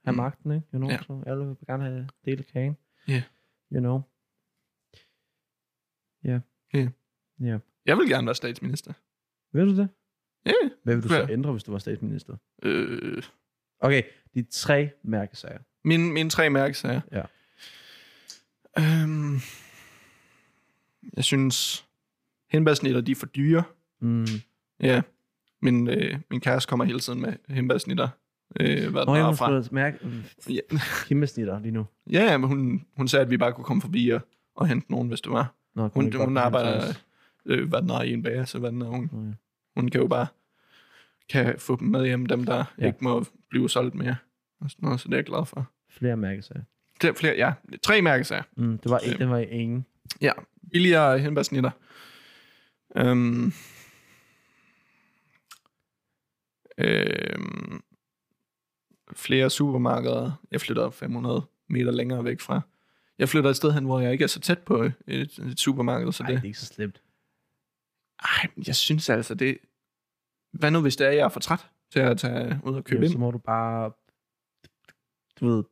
have
Mm.
mm. magten, ikke? You know?
Ja.
ja. så alle vil gerne have del af kagen.
Ja.
You know. Ja.
Ja.
Ja.
Jeg vil gerne være statsminister.
Ved du det?
Ja.
Hvad vil du så
Ja.
ændre, hvis du var statsminister?
Øh,
Okay, de tre mærkesager.
mine, mine tre mærkesager.
Ja.
Øhm, jeg synes, henbærsnitter, de er for dyre.
Mm.
Ja. Min, øh, min kæreste kommer hele tiden med henbærsnitter. Øh, hvad
Nå,
den
jeg
er
må
fra.
sgu da mærke mm, [LAUGHS]
Ja,
kæmpe snitter lige nu.
ja, men hun, hun sagde, at vi bare kunne komme forbi og, og hente nogen, hvis det var.
Nå, kan
Hun,
ikke godt
hun
lide
arbejder,
hans-
øh, hvad den er i en bager, så hvad den er, hun,
Nå, ja.
hun kan jo bare kan få dem med hjem, dem der ja.
Ja.
ikke må blive solgt mere. Og sådan noget, så det er jeg glad for.
Flere mærkesager.
Det er flere, ja. Tre mærkesager.
Mm, det var
Øhm.
en, den var ingen.
Ja, billigere henbærsnitter. Øhm. Øhm. Flere supermarkeder. Jeg flytter 500 meter længere væk fra. Jeg flytter et sted hen, hvor jeg ikke er så tæt på et, et supermarked. Så
Nej,
det,
det er ikke så slemt.
Ej, men jeg synes altså, det... Hvad nu, hvis det er, jeg er for træt til at tage ud og købe
Jamen,
ind?
så må du bare, du ved,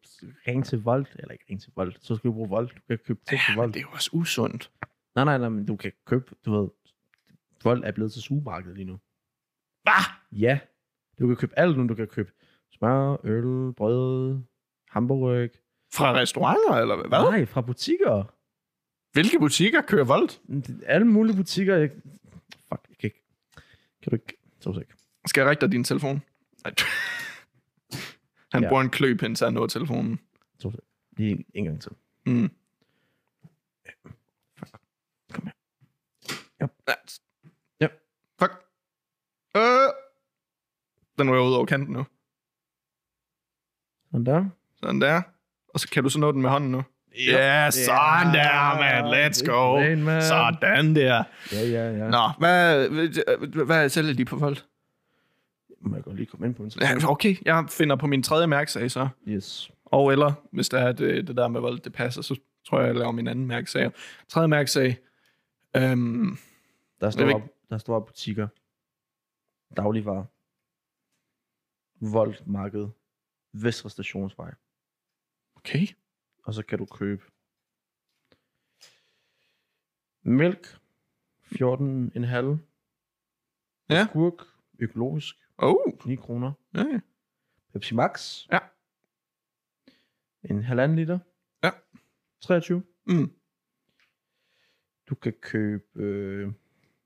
ringe til Volt, eller ikke ringe til Volt, så skal du bruge Volt, du kan købe ting til
Ja, men
Volt.
det er jo også usundt.
Nej, nej, nej, men du kan købe, du ved, Volt er blevet til supermarkedet lige nu.
Hvad?
Ja, du kan købe alt nu, du kan købe smør, øl, brød, hamburg.
Fra restauranter, eller hvad?
Nej, fra butikker.
Hvilke butikker kører Volt?
Men det- Alle mulige butikker, jeg... Fuck, jeg kan ikke. Kan du ikke? To sek.
Skal jeg række dig din telefon? Nej. Han
Ja.
ja. bruger en kløpind, så han når telefonen.
To sek. Lige en, en gang til.
Mm.
Fuck.
Kom
her.
Ja.
Yep. Yep.
Fuck. Øh. Den rører ud over kanten nu.
Sådan der.
Sådan der. Og så kan du så nå den med hånden nu. Ja, yeah, sådan der, man. Let's go.
Man, man.
Sådan der.
Ja, ja, ja.
Nå, hvad, hvad, hvad sælger de på Volt?
Må jeg godt lige komme ind på en sekund?
Ja, Okay, jeg finder på min tredje mærksag så.
Yes.
Og eller, hvis der er det, det der med vold, det passer, så tror jeg, jeg laver min anden mærkesag. Tredje mærkesag. Øhm,
Der er
Jeg ved
store, der er store butikker. Dagligvarer. Volt Marked. Vestre Stationsvej.
okay.
Og så kan du købe mælk, 14,5.
Ja.
Gurk, økologisk,
Oh,
9 kroner.
ja, ja.
Pepsi Max.
Ja.
En halvanden liter.
Ja.
23.
Mm.
Du kan købe... Øh,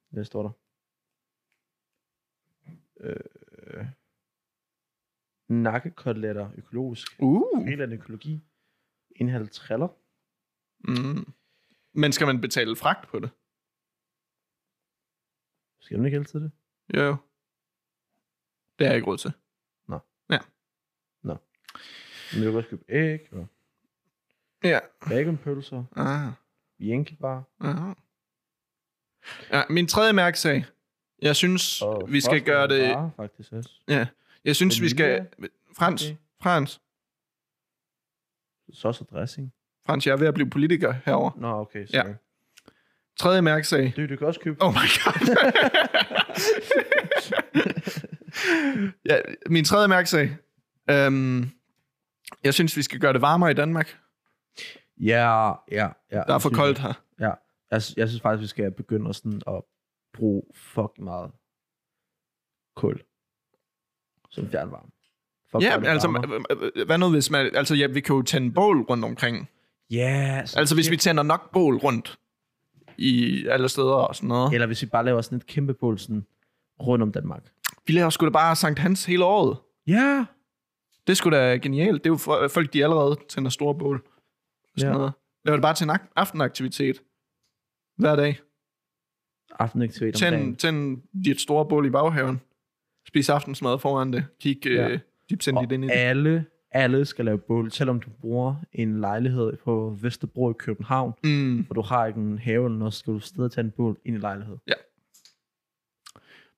hvad står der? Øh, nakkekoteletter økologisk.
Uh.
Helt af økologi. En halv triller.
Mm. Men skal man betale fragt på det?
Skal man ikke altid det?
Jo, jo. Det har jeg ikke råd til.
Men du kan også købe æg og
Ja.
baconpølser
Ah,
i enkeltvarer.
ah. ja min tredje mærkesag. Jeg synes,
Og
vi skal
frostede
gøre det...
varer, faktisk også.
Jeg synes, vi skal... Frans,
Okay.
Frans,
Sauce og dressing.
Frans, jeg er ved at blive politiker herover.
Nå, okay, sorry. Ja.
Tredje mærkesag.
Du, du kan også købe...
Oh my god. ja, min tredje mærkesag. Øhm, jeg synes, vi skal gøre det varmere i Danmark.
Ja, ja, ja.
Der er for koldt her.
Jeg, sy- jeg synes faktisk, vi skal begynde at, sådan at bruge fucking meget kul som fjernvarme. Fuck, hvor er
Ja,
det
altså,
varmere.
øh, øh, hvad nu hvis man... Altså, ja, vi kan jo tænde bål rundt omkring.
Ja, sådan
Altså, hvis vi
kæmpe-
tænder nok bål rundt i alle steder og sådan noget.
Eller hvis vi bare laver sådan et kæmpe bål sådan rundt om Danmark.
Vi laver sgu da bare Sankt Hans hele året.
Ja.
Det skulle da genialt. Det er jo for- folk, de allerede tænder store bål.
Ja.
Sådan ja. noget. Lav det bare til en ak- aftenaktivitet. Hver dag.
Aftenaktivitet om
Tænd,
dagen.
tænd dit store bål i baghaven. Spis aftensmad foran det. Kig
Ja.
ja. øh, dipsendigt ind i
Og
det.
alle, alle skal lave bål, selvom du bruger en lejlighed på Vesterbro i København,
Mm.
og du har ikke en have eller noget, så skal du stadig tage en bål ind i lejlighed.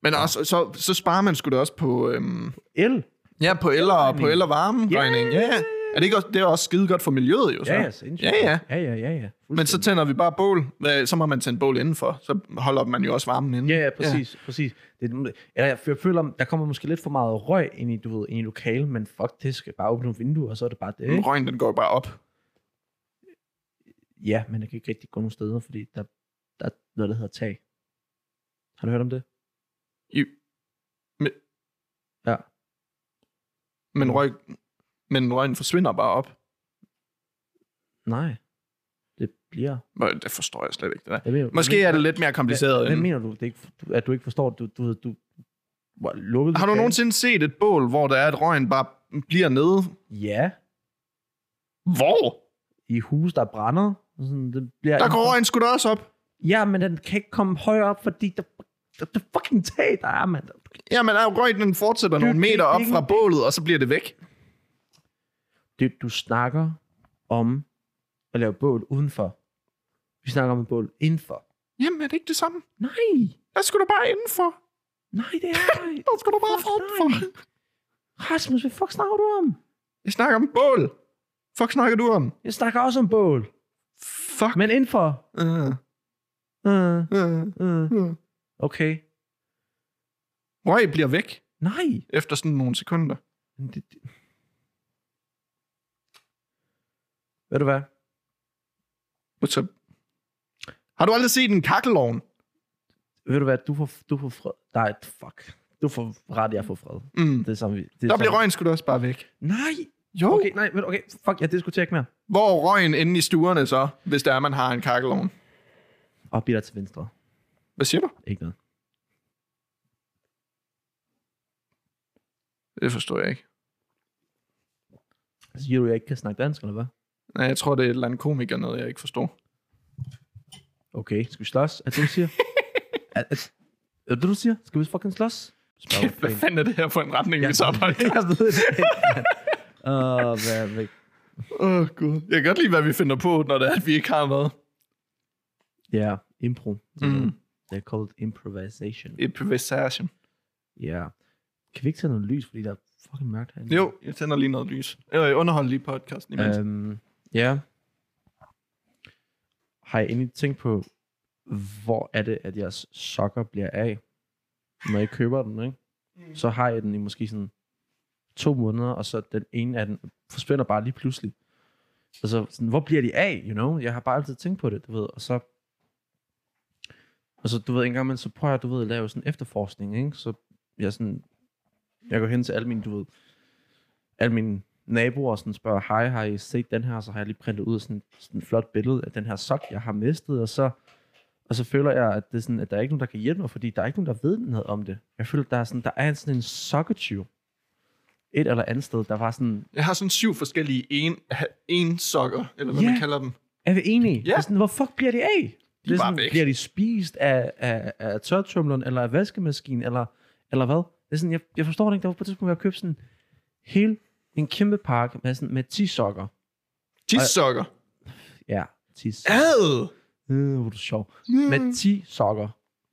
Men også, så, så sparer man sgu da også på, øhm,
El?
ja, på el og, på el og varmeregning.
Ja.
Ja. ja. Er det, ikke også, det er også skide godt for miljøet jo så.
Ja, ja, sindssygt.
Ja, ja.
Ja, ja, ja, ja.
Men så tænder vi bare bål. Hvad- Så må man tænde bål indenfor. Så holder man jo også varmen inde.
Ja, ja, præcis, ja. præcis. Det, er- eller jeg, jeg føler, der kommer måske lidt for meget røg ind i, du ved, ind i lokalet, men fuck, det skal bare åbne nogle vinduer, og så er det bare det,
Ja.
ikke?
Røgen, den går jo bare op.
Ja, men jeg kan ikke rigtig gå nogen steder, fordi der, der er noget, der hedder tag. Har du hørt om det?
I, men,
Ja. Mm.
Men, røg, men røgen forsvinder bare op.
Nej. Det bliver...
Hvor- Det forstår jeg slet ikke, det der.
Jeg mener,
Måske er det lidt mere kompliceret.
Hvad
end-
mener du, det er ikke, du- at du ikke forstår? Du, du, du, du var lukket
Har du
lokale?
nogensinde set et bål, hvor der er, at røgen bare bliver nede?
Ja,
Hvor?
i hus, der brænder. Sådan, det bliver
Der går røgen sgu da også op.
Ja, men den kan ikke komme højere op, fordi der, der, der fucking tag, der er, mand.
Jamen, er røgen den fortsætter
Det er
nogle
jo
meter
det,
op
ikke?
fra bålet, og så bliver det væk.
Det, du snakker om at lave bål udenfor. Vi snakker om et bål indenfor.
Jamen, er det ikke det samme?
Nej,
Der skulle du bare indenfor.
nej, det er
[LAUGHS]
ej.
Der skulle du bare
Fuck,
fra for.
nej. Rasmus, hvad fuck snakker du om?
Jeg snakker om bål. Fuck snakker du om?
Jeg snakker også om bål,
Fuck.
men indenfor.
Øh,
Uh,
øh,
uh.
øh.
Okay.
Røg bliver væk
Nej.
efter sådan nogle sekunder.
Men det, det... Ved du hvad?
What's up? Har du aldrig set en kakkelovn?
Ved du hvad? Du får, du får fred. Nej, fuck. Du får ret, jeg får fred.
Mm.
Det er samme, vi- det er
Der
samme.
bliver røgen sgu da også bare væk.
Nej.
Jo.
Okay, nej, ved du- okay. Fuck, jeg diskuterer ikke mere.
Hvor er røgen inde i stuerne så, hvis der er, man har en kakkelovn?
Og biler til venstre.
Hvad siger du?
Ikke noget.
Det forstår jeg ikke.
Så siger du, at Altså, jeg ikke kan snakke dansk, eller hvad?
Nej, jeg tror, det er et eller andet komiker, noget jeg ikke forstår.
Okay, skal vi slås? Er det, du
[LAUGHS]
siger? er, er, er det, du siger? Skal vi fucking slås? Spørger
Kæft, hvad
fanden.
fanden er det her for en retning, vi tager
[LAUGHS]
på?
jeg ved det ikke. mand. Åh, hvad er det?
Åh, oh, Gud. Jeg kan godt lide, hvad vi finder på, når det er, at vi ikke har noget.
Mm. Ja, impro.
Mm.
They're called improvisation.
Improvisation.
Ja. Yeah. Kan vi ikke tage noget lys, fordi der er fucking mørkt herinde?
Jo, jeg tænder lige noget lys. Øh, Jeg underholder lige podcasten imens. Uh,
Øhm, ja. Har I egentlig tænkt på, hvor er det, at jeres sokker bliver af, når I køber den, ikke?
Mm.
Så har I den i måske sådan to måneder, og så den ene af den forsvinder bare lige pludselig. Altså, sådan, hvor bliver de af, you know? Jeg har bare altid tænkt på det, du ved. Og så, og så du ved, en gang imellem, så prøver jeg, du ved, at lave sådan efterforskning, ikke? Så jeg sådan, jeg går hen til alle mine, du ved, alle mine naboer sådan spørger, hej, har I set den her? Så har jeg lige printet ud sådan, sådan et flot billede af den her sok, jeg har mistet, og så, og så føler jeg, at, det er sådan, at der er ikke nogen, der kan hjælpe mig, fordi der er ikke nogen, der ved noget om det. Jeg føler, at der er sådan, der er en sådan en sokketyv. Et eller andet sted, der var sådan,
jeg har sådan syv forskellige en, ha- en sokker, eller hvad
Ja.
man kalder dem.
er vi enige?
Ja.
Det er Sådan, hvor fuck bliver de af?
De
det
er
er
bare
sådan,
væk.
bliver de spist af, af, af tørretumleren, eller af vaskemaskinen, eller, eller hvad? Det er sådan, jeg, jeg forstår det ikke. Der var på et tidspunkt, hvor jeg købte sådan hele en kæmpe pakke med, sådan, med 10 sokker.
Tis-sokker.
Ja, 10 sokker.
Ad!
Øh, hvor er du sjov.
Mm.
med 10 sokker.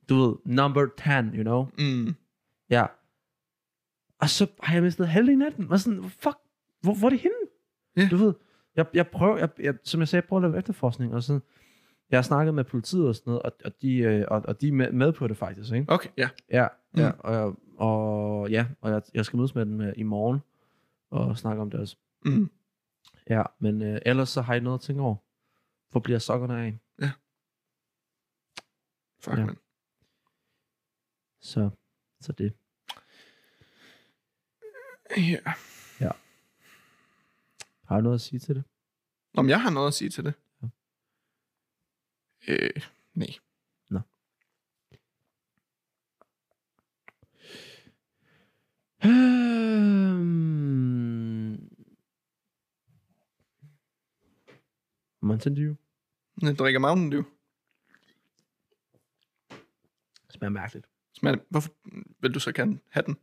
Du ved, number 10, you know?
Mm.
Ja. Og så har jeg mistet halvdelen af den. Og sådan, fuck, hvor, hvor er det henne?
Ja.
Du ved, jeg, jeg prøver, jeg, jeg, som jeg sagde, jeg prøver at lave efterforskning, og sådan, jeg har snakket med politiet og sådan noget, og, og, de, øh, og, og de er med, med på det faktisk, ikke?
Okay, ja.
Ja,
Mm.
ja, og, og ja, og jeg, jeg skal mødes med dem øh, i morgen, og snakke om det også.
Mm.
Ja, men øh, ellers så har I noget at tænke over. Hvor bliver sokkerne af?
Fuck,
Ja.
ja. man.
Så, så det.
Ja.
Har I noget at sige til det?
Nå, men jeg har noget at sige til det.
Ja.
Øh, nej.
Øhm. Mountain Dew.
Jeg drikker Mountain Dew.
Smager mærkeligt.
Smager det- Hvorfor vil du så gerne have den?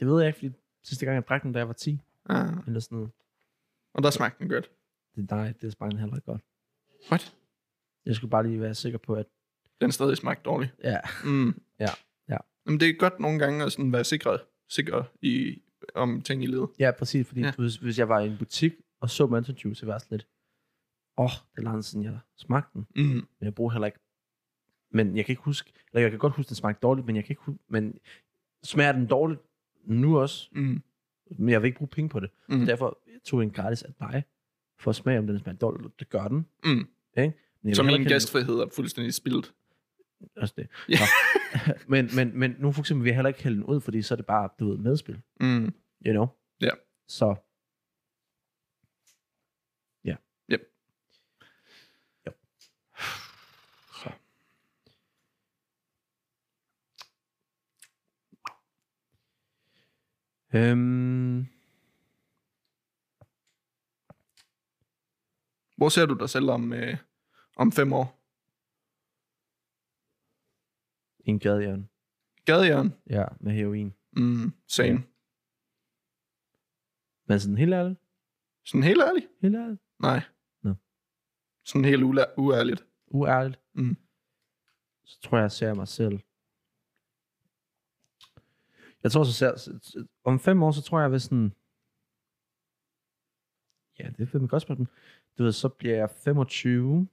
Det ved jeg ikke, fordi sidste gang jeg drak den, da jeg var 10,
Ah,
eller sådan noget.
og der smagte den godt.
Det, nej, det smagte den heller ikke godt.
What?
Jeg skulle bare lige være sikker på, at...
Den stadig smagte dårligt.
Ja,
Mm.
Ja, ja.
Jamen, det er godt nogle gange at sådan være sikre, sikre i, om ting i livet.
ja præcis, fordi ja.
Ja.
Hvis, hvis, jeg var i en butik og så Mountain Dew, så var jeg sådan lidt... Åh, oh, det er lang tid siden, jeg smagte den.
Mm.
Men jeg bruger heller ikke... Men jeg kan ikke huske... Eller jeg kan godt huske, den smagte dårligt, men jeg kan ikke huske... Men smager den dårligt nu også?
Mm.
Men jeg vil ikke bruge penge på det.
Mm.
Mm. Derfor tog jeg en gratis af dig, for at smage, om den smager dårligt. Det gør den.
Mm.
Men jeg
Så
vil
min
heller ikke-
gæstfrihed er fuldstændig spildt.
Også det.
Ja.
Nå. [LAUGHS] men, men, men nu for eksempel vil jeg heller ikke hælde den ud, fordi så er det bare, du ved, medspil.
Mm.
You know?
Ja.
Så. Ja.
Yep.
Jo. Så. Øhm,
Hvor ser du dig selv om, øh, om fem år?
en gadejern.
Gadejern?
Ja, med heroin.
Mm. Same.
Ja. Men sådan helt ærligt,
Sådan helt ærligt?
helt ærligt,
Nej.
Nå.
Sådan helt ula- uærligt.
uærligt,
Mm.
så tror jeg, jeg ser mig selv. Jeg tror så ser, om fem år, så tror jeg, hvis sådan, ja, det er fandme et godt spørgsmål. Du ved, så bliver jeg 25,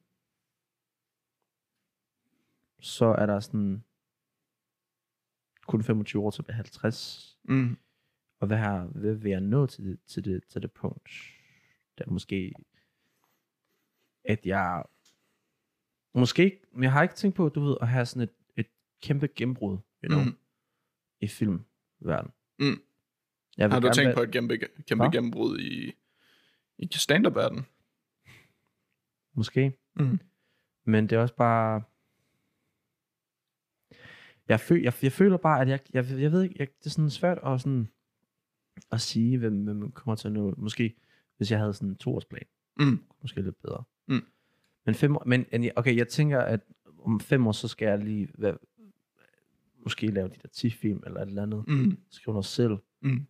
så er der sådan, kun 25 år til at blive 50.
Mm.
Og hvad, har, hvad vil jeg nå til det, til det, til det punkt? Der måske, at jeg, måske ikke, men jeg har ikke tænkt på, du ved, at have sådan et, et kæmpe gennembrud, you know, mm.
Mm.
i filmverden.
Mm.
Jeg
Har
Altså,
du
gerne
tænkt
være-
på et kæmpe, kæmpe
Hva?
gennembrud i, i stand-up-verdenen?
Måske.
Mm.
Men det er også bare, jeg, føl, jeg, jeg føler bare, at jeg, jeg, jeg ved ikke, jeg, det er sådan svært at, sådan, at sige, hvem, hvem man kommer til at nå. Måske, hvis jeg havde sådan en toårsplan,
Mm.
måske lidt bedre.
Mm.
Men fem år, men en- okay, jeg tænker, at om fem år, så skal jeg lige være, måske lave de der 10 film, eller et eller andet.
Mm.
Skrive noget selv.
Mm.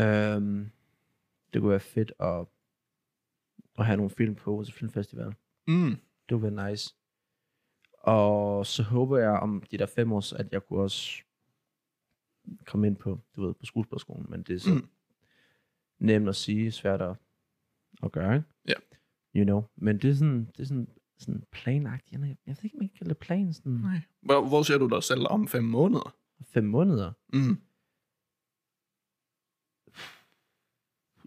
Øhm, det kunne være fedt at, at have nogle film på til filmfestival.
Mm.
Det ville være nice. Og så håber jeg om de der fem år, at jeg kunne også komme ind på, du ved, på skuespillerskolen, men det er så
Mm.
mm. nemt at sige, svært at, at gøre, ikke?
Ja.
You know, men det er sådan, det er sådan, sådan planagtigt. Jeg, jeg ved ikke, om jeg kan kalde det plan sådan
Nej. Hvor, hvor ser du dig selv om fem måneder?
fem måneder.
Mm.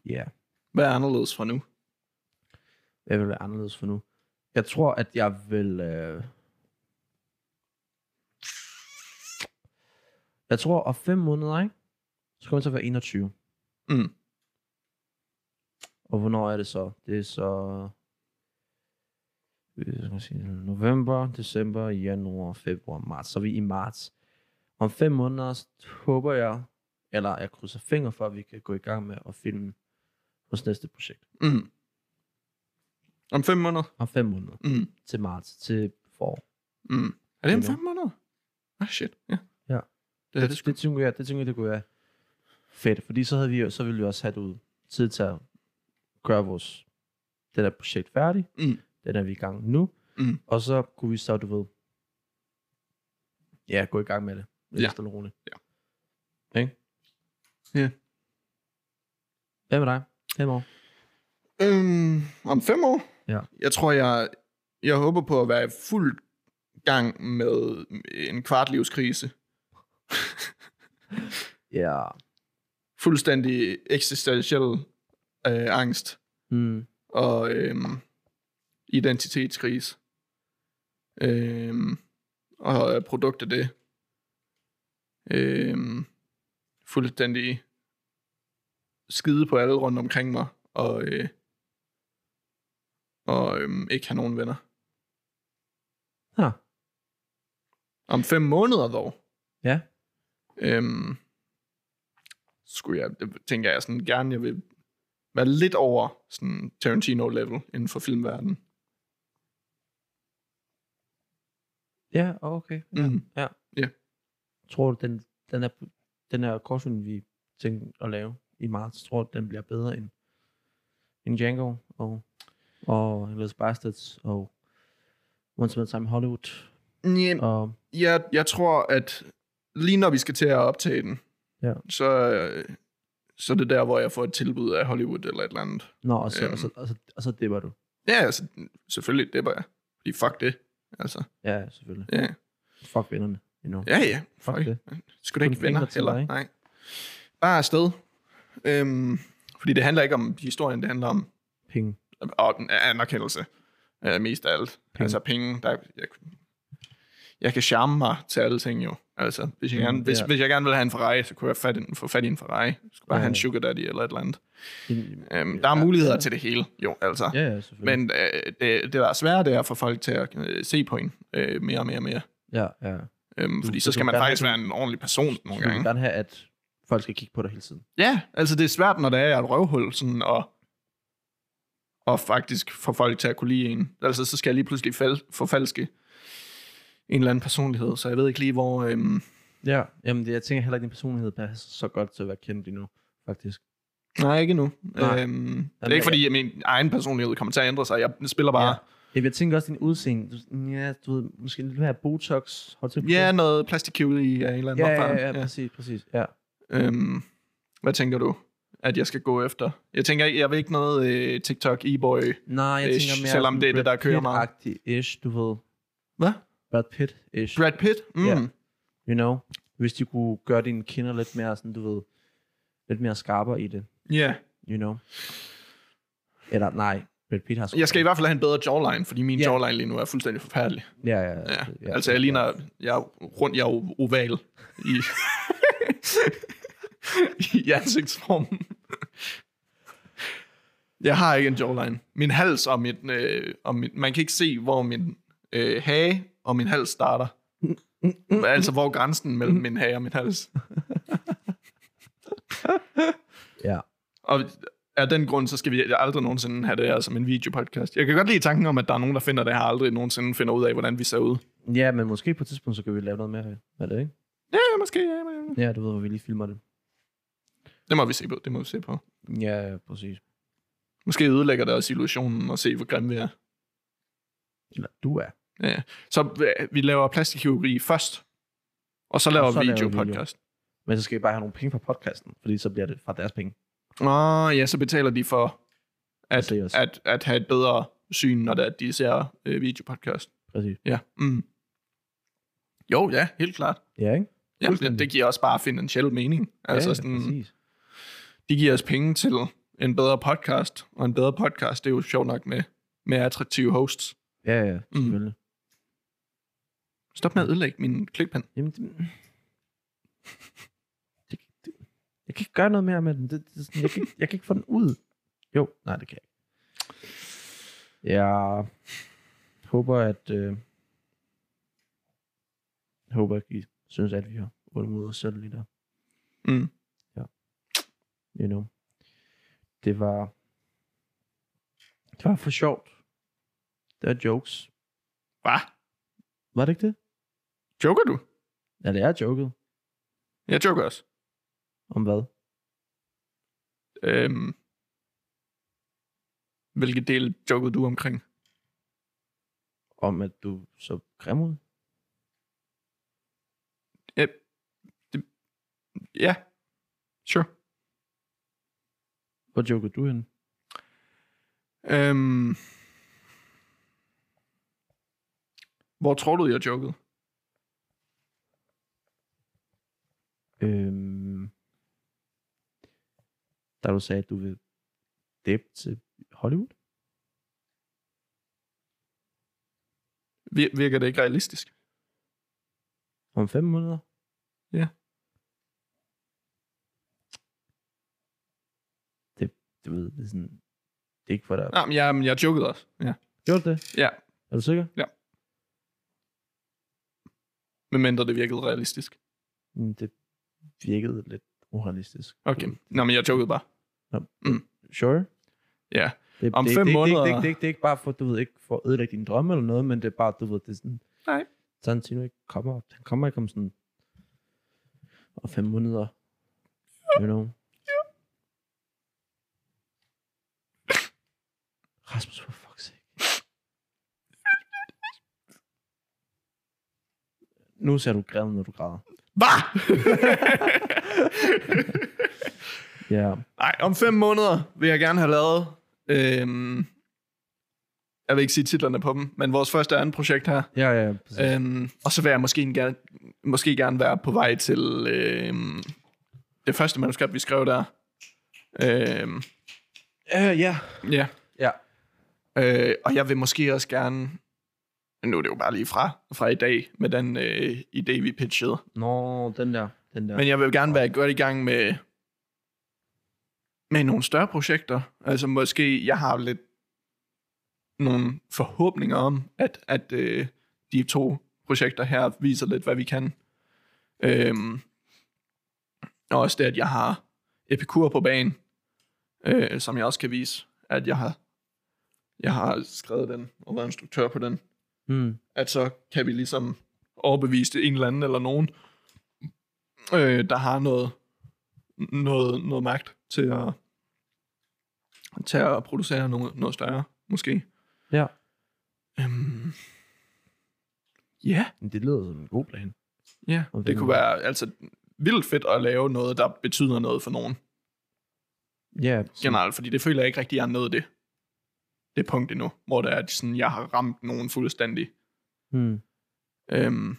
Ja, yeah.
Hvad er anderledes fra nu?
hvad vil være anderledes for nu? Jeg tror, at jeg vil... Øh... Jeg tror, om fem måneder, ikke? Så kommer jeg til at være 21.
Mm.
Og hvornår er det så? Det er så... øh, Skal man sige, november, december, januar, februar, marts. Så er vi i marts. Om fem måneder så håber jeg, eller jeg krydser fingre for, at vi kan gå i gang med at filme vores næste projekt.
Mm. Om fem måneder?
Om fem måneder.
Mm.
Til marts, til forår.
Mm. Er det om
Eller-
fem måneder? Ah, shit. Ja.
Ja.
Det er det,
det, det, tænker jeg, det tænker jeg, det kunne være fedt. Fordi så, havde vi, jo- så ville vi også have det ud tid til at gøre vores, det der projekt færdigt.
Mm.
Den er vi i gang nu.
Mm.
Og så kunne vi så, du ved, ja, gå i gang med det. Lidt
Ja.
ja. Stille og roligt.
Ja.
Ikke?
Ja.
Hvad med dig? Fem år.
Øhm, om fem år?
Ja.
Jeg tror, jeg, jeg håber på at være i fuld gang med en kvartlivskrise.
Ja.
Fuldstændig eksistentiel øh, angst
Mm.
og øhm, identitetskrise. Øhm, og er produkt af det. Øhm, fuldstændig skide på alle rundt omkring mig, og, øh, og øhm, ikke have nogen venner.
Nå.
Om fem måneder dog.
Ja.
Øhm, skulle jeg, det tænker jeg sådan gerne, jeg vil være lidt over sådan Tarantino-level inden for filmverdenen.
Ja, okay.
Ja. Mm.
Tror du, den, den, er, den her korsfilm, vi tænkte at lave i marts, tror du, den bliver bedre end, end Django og, og Inglourious Bastards og Once Upon a Time in Hollywood
Ja,
og
jeg, jeg tror, at lige når vi skal til at optage den,
Ja.
så, øh, så er det der, hvor jeg får et tilbud af Hollywood eller et eller andet.
Nå, og så,
Øhm.
og så, og så, og så dipper du.
Ja, altså, selvfølgelig, det var jeg. Fordi fuck det. Altså,
Ja, selvfølgelig.
ja,
Fuck vinderne, you know.
ja, ja
Fuck
fuck
det.
Skulle det
Kun
ikke venner
fingre til
heller?
dig, ikke?
Nej. Bare afsted. Øhm, fordi det handler ikke om historien, det handler om
Penge.
og den er anerkendelse øh, mest af alt. Penge.
Penge.
Altså penge, der, jeg, jeg kan charme mig til alle ting jo. Altså, hvis jeg,
Mm,
gerne, hvis,
ja.
hvis jeg gerne ville have en Ferrari, så kunne jeg fat i, en- få fat i en Ferrari. Jeg skulle bare
Ja,
have en
ja.
sugar daddy eller et eller andet.
Din-
Øhm, der er
Ja,
muligheder
ja.
til det hele, jo altså.
Ja, ja, selvfølgelig.
Men øh, det, det, der er svært, det er at få folk til at øh, se på en øh, mere og mere og mere.
ja, ja.
Øhm,
Du-
fordi så
du
skal
kan
man
gerne
faktisk være en ordentlig person nogle
Så du vil
gange.
gerne have, at folk skal kigge på dig hele tiden.
Ja, altså det er svært, når der er et røvhul, sådan at, og faktisk få folk til at kunne lide en. Altså, så skal jeg lige pludselig fal- forfalske en eller anden personlighed, så jeg ved ikke lige, hvor... Øhm,
Ja. Jamen, det, jeg tænker heller ikke, din personlighed passer så godt til at være kendt endnu, faktisk.
nej, ikke endnu.
Nej.
Øhm, det er
Jamen,
ikke,
jeg-
fordi jeg... min egen personlighed kommer til at ændre sig. Jeg spiller bare
Jamen, jeg tænker også, din udseende, du, ja, du ved, måske lidt mere Botox, hold til.
ja, ja noget plastikkjul i af en eller anden
ja, ja,
opfaren.
ja, ja, præcis, præcis, ja.
Øhm, hvad tænker du, at jeg skal gå efter? Jeg tænker, ikke- jeg vil ikke noget øh, TikTok e-boy.
Nej, jeg
Ish,
tænker mere...
selvom det er det, der kører meget.
Brad ish du ved.
Hvad?
Brad Pitt-ish,
Brad Pitt? Mm.
Ja. you know? Hvis de kunne gøre dine kinder lidt mere, sådan, du ved, lidt mere skarpere i det,
Yeah.
you know? Eller nej, Brad Pitt har sgu-
Jeg skal i hvert fald have en bedre jawline, fordi min
Ja.
yeah. jawline lige nu er fuldstændig forfærdelig.
Ja, ja, ja.
Ja, altså jeg ligner, jeg er rundt, jeg er o- oval i, [LAUGHS] i ansigtsformen. Jeg har ikke en jawline. Min hals og mit, øh, og mit man kan ikke se, hvor min øh, hage og min hals starter. Men altså, hvor er grænsen mellem min hage og min hals?
Ja.
Og af den grund, så skal vi aldrig nogensinde have det her som en videopodcast. Jeg kan godt lide tanken om, at der er nogen, der finder det her, aldrig nogensinde finder ud af, hvordan vi ser ud.
Ja, men måske på et tidspunkt, så kan vi lave noget mere af det, ikke?
Ja, måske. Ja, men-
Ja, du ved, hvor vi lige filmer det.
det må vi se på. Det må vi se på.
Ja, præcis.
Måske ødelægger det også illusionen og se, hvor grimme vi er.
Eller du er.
Ja. Så øh, vi laver plastikkirurgi først, og så laver
så
vi
laver vi video.
videopodcast.
Men så skal vi bare have nogle penge fra podcasten, fordi så bliver det fra deres penge.
Nå, ja, så betaler de for
At
at,
se os.
at, at have et bedre syn, når det er, at de ser øh, videopodcast.
Præcis.
Ja. Mm. Jo, ja, helt klart.
Ja, ikke?
Jamen, det, det giver også bare finansiel mening. Altså,
ja,
ja, sådan,
præcis.
de giver os penge til en bedre podcast, og en bedre podcast, det er jo sjovt nok med, med attraktive hosts.
Ja, ja, selvfølgelig. Mm.
Stop med at ødelægge min klikpen.
Jamen, det, det, det, jeg kan ikke gøre noget mere med den. Det, det, er sådan, jeg, kan, ikke- jeg kan ikke få den ud. Jo, nej, det kan jeg ikke. Jeg håber, at... Øh, jeg håber, at I synes, at vi har undermodet os selv lige der.
Mm.
You know. Det var... Det var for sjovt. Det var jokes.
Hvad?
Var det ikke det?
Joker du?
Eller jeg jokede.
Jeg joker også.
Om hvad?
Øhm, hvilke del jokede du omkring?
Om at du så grim ud.
Ja, det, ja. sure.
Hvor jokede du henne?
Øhm, hvor tror du, jeg jokede?
Øhm, da du sagde, at du vil dæbe til Hollywood?
Vir- Virker det ikke realistisk?
Om fem måneder?
Ja.
Det, du ved, det er sådan... Det er ikke for dig.
Nej, men jeg, men jeg jokede også. Ja.
Gjorde du det?
ja.
Er du sikker?
Medmindre det virkede realistisk.
Mm, Det virkede lidt urealistisk.
Okay. Nå, men jeg jokede bare.
Sure.
Ja.
Det,
Om
det,
fem
det,
måneder-
Det, det, det, det, det, det er ikke bare for, du ved, ikke for at ødelægge dine drømme eller noget, men det er bare, du ved, det er sådan...
Nej.
Tarantino ikke kommer op. Han kommer ikke om sådan... Og fem måneder. You know. Rasmus, for fuck's sake. Nu ser du grim, når du græder.
Hvad?
Ja. Yeah.
Nej, om fem måneder vil jeg gerne have lavet... Øhm, jeg vil ikke sige titlerne på dem, men vores første og andet projekt her.
Ja, ja, præcis.
Øhm, og så vil jeg måske gerne, måske gerne være på vej til øhm, det første manuskript, vi skrev der. Øhm,
Øh, ja.
ja.
Ja.
Øh, og jeg vil måske også gerne... Nu er det jo bare lige fra, fra i dag med den øh, idé, vi pitchede.
Nå, den der. Den der.
Men jeg vil gerne være godt i gang med med nogle større projekter. Altså måske, jeg har lidt nogle forhåbninger om, at, at øh, de to projekter her viser lidt, hvad vi kan. Øhm, og også det, at jeg har Epikur på banen, øh, som jeg også kan vise, at jeg har, jeg har skrevet den og været instruktør på den.
Mm.
At så kan vi ligesom overbevise en eller anden eller nogen, øh, der har noget, noget, noget magt til at, til at producere noget, noget større, måske.
Ja.
Øhm, ja,
Men Det lyder som en god plan.
ja.
Og
Det
den-
kunne være altså vildt fedt at lave noget, der betyder noget for nogen
Ja,
generelt, fordi det føler jeg ikke rigtig, jeg har nået det, det punkt endnu, hvor det er, at sådan, jeg har ramt nogen fuldstændig.
Hmm.
Øhm,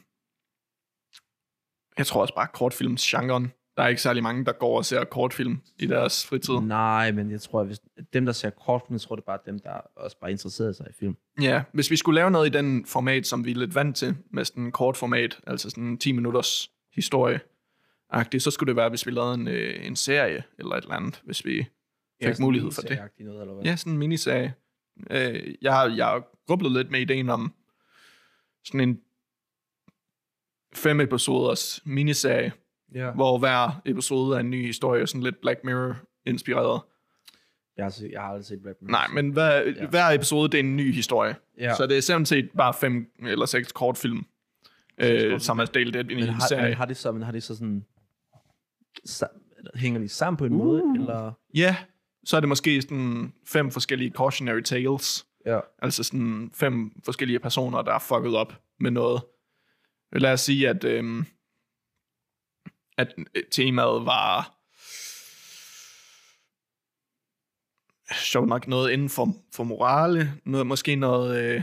jeg tror også bare kortfilmsgenren. Der er ikke særlig mange, der går og ser kortfilm i deres fritid.
Nej, men jeg tror, at hvis dem, der ser kortfilm, jeg tror, det er bare dem, der også bare interesserer sig i film.
Ja, hvis vi skulle lave noget i den format, som vi er lidt vant til, med sådan en kort format, altså sådan en 10 minutters historie så skulle det være, hvis vi lavede en, øh, en serie eller et eller andet, hvis vi fik ja, mulighed for det.
Noget, eller hvad?
Ja, sådan en miniserie. Øh, jeg har jeg har grublet lidt med ideen om sådan en fem episoders miniserie,
Ja.
hvor hver episode er en ny historie, sådan lidt Black Mirror-inspireret.
Jeg har, set, jeg har aldrig set Black Mirror.
Nej, men hver, ja. hver episode, det er en ny historie.
Ja.
Så det er sådan set bare fem eller seks kortfilm, øh,
kortfilm.
som er delt ind i en
men
hel
har, men
serie.
har, det så, men har det så sådan... Sam, hænger de sammen på en uh. måde, eller...
Ja, så er det måske sådan fem forskellige cautionary tales.
Ja.
Altså sådan fem forskellige personer, der er fucket op med noget. Lad os sige, at, øhm, at øh, temaet var sjovt nok noget inden for, for morale. Noget, måske noget, øh,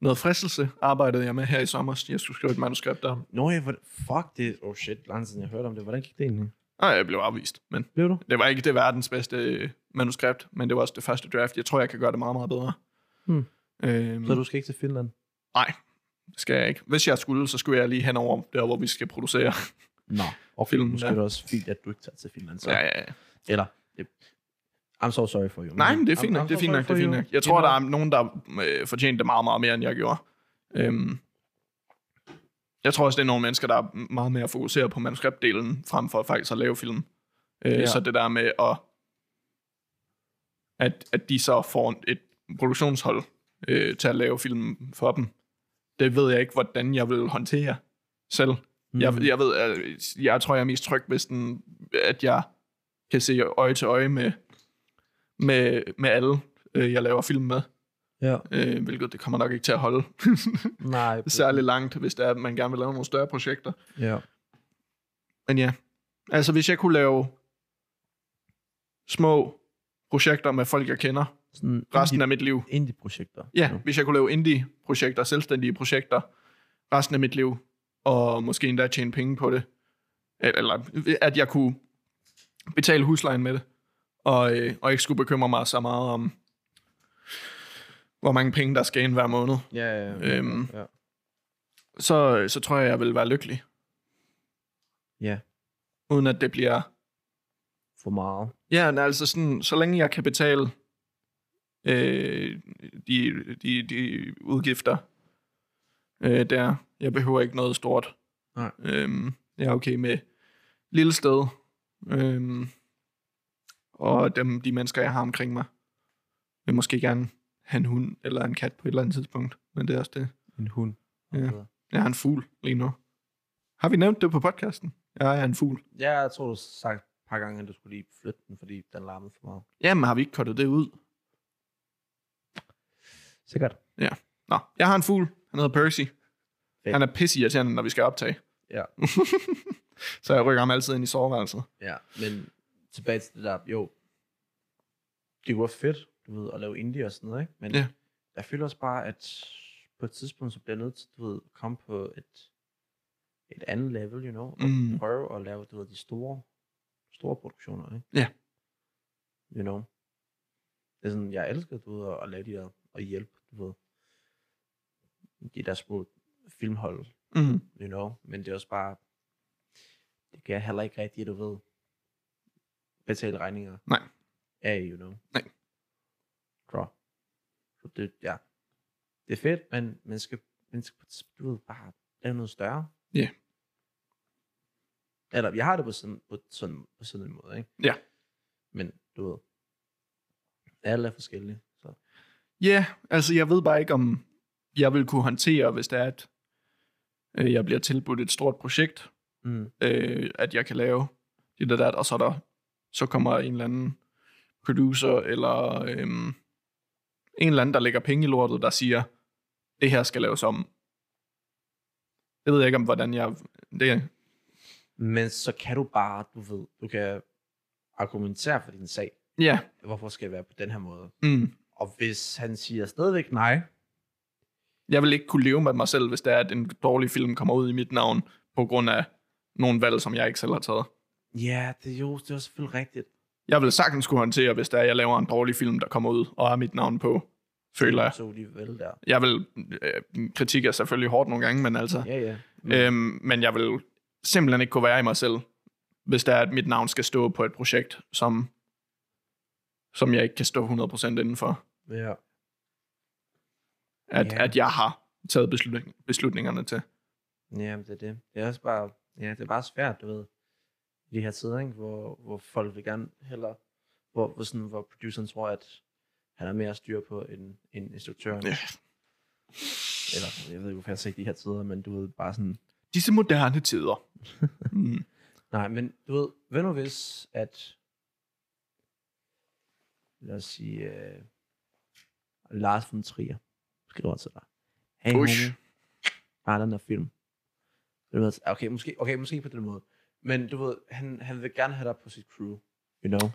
noget fristelse arbejdede jeg med her i sommer. Jeg skulle skrive et manuskript der.
Nå, jeg, hvor- fuck det. Oh shit, lang siden jeg hørte om det. Hvordan gik det egentlig?
Nej, jeg blev afvist, men
Blev du?
Det var ikke det verdens bedste øh, manuskript, men det var også det første draft. Jeg tror, jeg kan gøre det meget, meget bedre.
Hmm.
Øhm,
Så du skal ikke til Finland?
Nej, det skal jeg ikke. Hvis jeg skulle, så skulle jeg lige henover der, hvor vi skal producere.
Nå. Og
Filmen,
filmen, måske
ja.
er det også fint, at du ikke tager til Finland. Så.
Ja, ja, ja.
Eller, det, I'm so sorry for you.
Nej, men det er fint
I'm-
nok,
I'm
det er
so
fint
sorry
nok, det er
for
fint
you.
nok. Jeg tror, der er nogen, der øh, fortjente det meget, meget mere, end jeg gjorde. Øhm, jeg tror også, det er nogle mennesker, der er meget mere fokuseret på manuskriptdelen, frem for faktisk at lave film. Øh,
Ja.
ja. Så det der med, at, at, at de så får et produktionshold øh, til at lave film for dem, det ved jeg ikke, hvordan jeg vil håndtere selv. Mm. Jeg, jeg ved, at- jeg tror, jeg er mest tryg, hvis den, at jeg kan se øje til øje med, med, med alle, øh, jeg laver film med.
Mm. Ja.
Øh, hvilket det kommer nok ikke til at holde [LAUGHS]
Nej.
særlig langt, hvis det er, at man gerne vil lave nogle større projekter.
Ja.
Men ja, altså hvis jeg kunne lave små projekter med folk, jeg kender
Sådan
resten af mit liv.
indie-projekter.
Ja, hvis jeg kunne lave indie-projekter, selvstændige projekter resten af mit liv, og måske endda tjene penge på det, at- eller at jeg kunne betale huslejen med det, og, øh, og ikke skulle bekymre mig så meget om, hvor mange penge der skal ind hver måned,
Ja, ja,
ja. Øhm.
ja.
så, så tror jeg, jeg vil være lykkelig.
Ja.
Uden at det bliver
For meget.
Ja, men altså sådan, så længe jeg kan betale øh, de, de, de udgifter øh, der, jeg behøver ikke noget stort.
Nej.
Øhm, jeg er okay med et lille sted, øhm, og dem, de mennesker, jeg har omkring mig, vil måske gerne have en hund eller en kat på et eller andet tidspunkt, men det er også det.
En hund. Altså.
Ja. Jeg er en fugl lige nu. Har vi nævnt det på podcasten? Jeg er en fugl.
ja, jeg tror, du har sagt et par gange, at du skulle lige flytte den, fordi den larmede for meget.
Jamen, har vi ikke kottet det ud?
Sikkert.
Nå, jeg har en fugl. Han hedder Percy.
Fedt.
Han er pisseirriterende, når vi skal optage.
Ja.
[LAUGHS] så jeg rykker ham altid ind i soveværelset.
Ja, men tilbage til det der, jo, det var fedt, du ved, at lave indie og sådan noget, ikke? Men
Ja.
jeg føler også bare, at på et tidspunkt, så bliver jeg nødt til, du ved, at komme på et, et andet level, you know, og
Mm.
prøve at lave, du ved, de store, store produktioner, ikke?
Ja.
You know. Det er sådan, jeg elsker, du ved, at- at lave de der, og hjælpe, du ved, de der små filmhold,
Mm.
you know, men det er også bare, det kan jeg heller ikke rigtig, du ved, betale regninger.
Nej.
Af, you know.
Nej.
Bra. Så det, ja. Det er fedt, men man skal, man skal du ved, bare lave noget større.
Ja.
Eller, jeg har det på sådan, på sådan, på sådan en måde, ikke?
Ja.
Men, du ved, alle er forskellige, så.
Ja, yeah, altså jeg ved bare ikke, om jeg vil kunne håndtere, hvis det er, at øh, jeg bliver tilbudt et stort projekt,
Mm.
øh, at jeg kan lave det der, der, og så, er der, så kommer en eller anden producer, eller øh, en eller anden, der lægger penge i lortet, der siger, det her skal laves om. Jeg ved ikke, om hvordan jeg... Det,
Men så kan du bare, du ved, du kan argumentere for din sag.
ja,
Hvorfor skal jeg være på den her måde?
mm.
Og hvis han siger stadigvæk nej,
Jeg vil ikke kunne leve med mig selv, hvis det er, at en dårlig film kommer ud i mit navn, på grund af nogle valg, som jeg ikke selv har taget.
ja, det er jo det er selvfølgelig rigtigt.
Jeg vil sagtens kunne håndtere, hvis det er, at jeg laver en dårlig film, der kommer ud og er mit navn på, føler jeg.
Så er de vel der.
Jeg vil, øh, kritik er selvfølgelig hårdt nogle gange, men altså,
Ja, ja.
øhm, men jeg vil simpelthen ikke kunne være i mig selv, hvis det er, at mit navn skal stå på et projekt, som, som jeg ikke kan stå 100% indenfor.
ja.
At,
Ja.
at jeg har taget beslutning, beslutningerne til.
Ja, men det er det. Det er også bare, ja, det er bare svært, du ved, i de her tider, ikke? Hvor, hvor folk vil gerne heller, hvor, hvor, sådan, hvor produceren tror, at han har mere styr på end, end instruktøren.
Ja.
Eller, jeg ved ikke, hvorfor jeg siger de her tider, men du ved, bare sådan,
Disse moderne tider. mm.
Nej, men du ved, hvad nu hvis, at, lad os sige, øh, Lars von Trier skriver til dig. Hey,
Ush.
homie, bare den der film. Du ved, altså, okay, måske, okay, måske på den måde. Men du ved, han, han vil gerne have dig på sit crew, you know.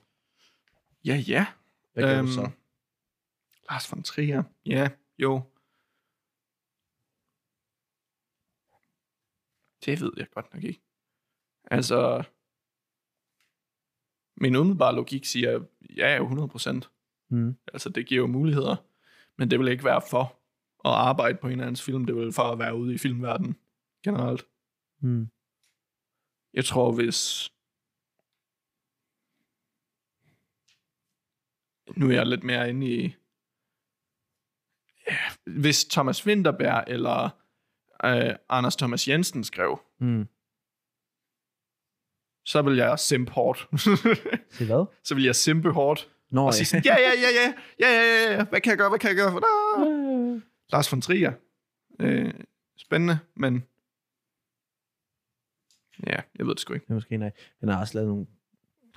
Ja, ja.
Hvad gør
Øhm,
du så?
Lars von Trier. Ja, jo. Det ved jeg godt nok ikke. Altså, min umiddelbare logik siger, ja, jo, 100%.
Mm.
Altså, det giver jo muligheder. Men det vil ikke være for at arbejde på en eller andens film. Det vil for at være ude i filmverdenen generelt.
Mm.
Jeg tror, hvis... Nu er jeg lidt mere inde i... Ja, hvis Thomas Winterberg eller øh, Anders Thomas Jensen skrev,
Mm.
så vil jeg simpe hårdt. [LAUGHS]
Til hvad?
så vil jeg simpe hårdt.
Nå,
Og sige sådan, ja, ja, ja, ja, ja, ja, ja, ja, hvad kan jeg gøre, hvad kan jeg gøre? Da. Lars von Trier. Øh, spændende, men... Ja, jeg ved det sgu ikke.
ja, måske nej. Han har også lavet nogle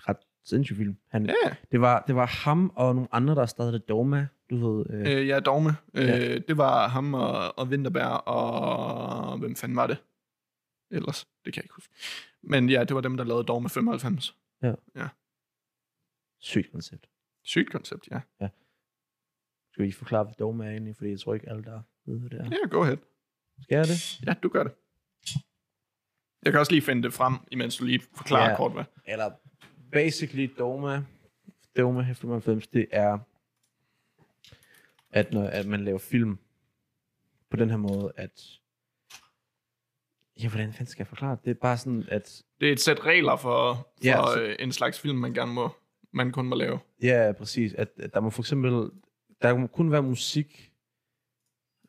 ret sindssyge film. Han,
Ja, ja.
Det var, det var ham og nogle andre, der startede Dogma. Du ved, øh, øh.
Øh, ja, Dogme. Øh,
Ja.
Det var ham og, og Vinterberg og... Hvem fanden var det? Ellers, det kan jeg ikke huske. Men ja, det var dem, der lavede Dogme 95.
sygt koncept.
Sygt koncept, ja.
Skal vi forklare, hvad Dogma er egentlig? Fordi jeg tror ikke, alle der ved, hvad det er.
Ja, go ahead.
Skal jeg det?
Ja, du gør det. Jeg kan også lige finde det frem, imens du lige forklarer
Ja.
ja. kort, hvad.
Eller basically Dogma. Dogma 95, det er, at, når, at man laver film på den her måde, at... Ja, hvordan fanden skal jeg forklare det? Det er bare sådan, at...
Det er et sæt regler for, for
Ja,
ja,
så-
øh, en slags film, man gerne må, man kun må lave.
Ja, præcis. At, at der må for eksempel... Der må kun være musik,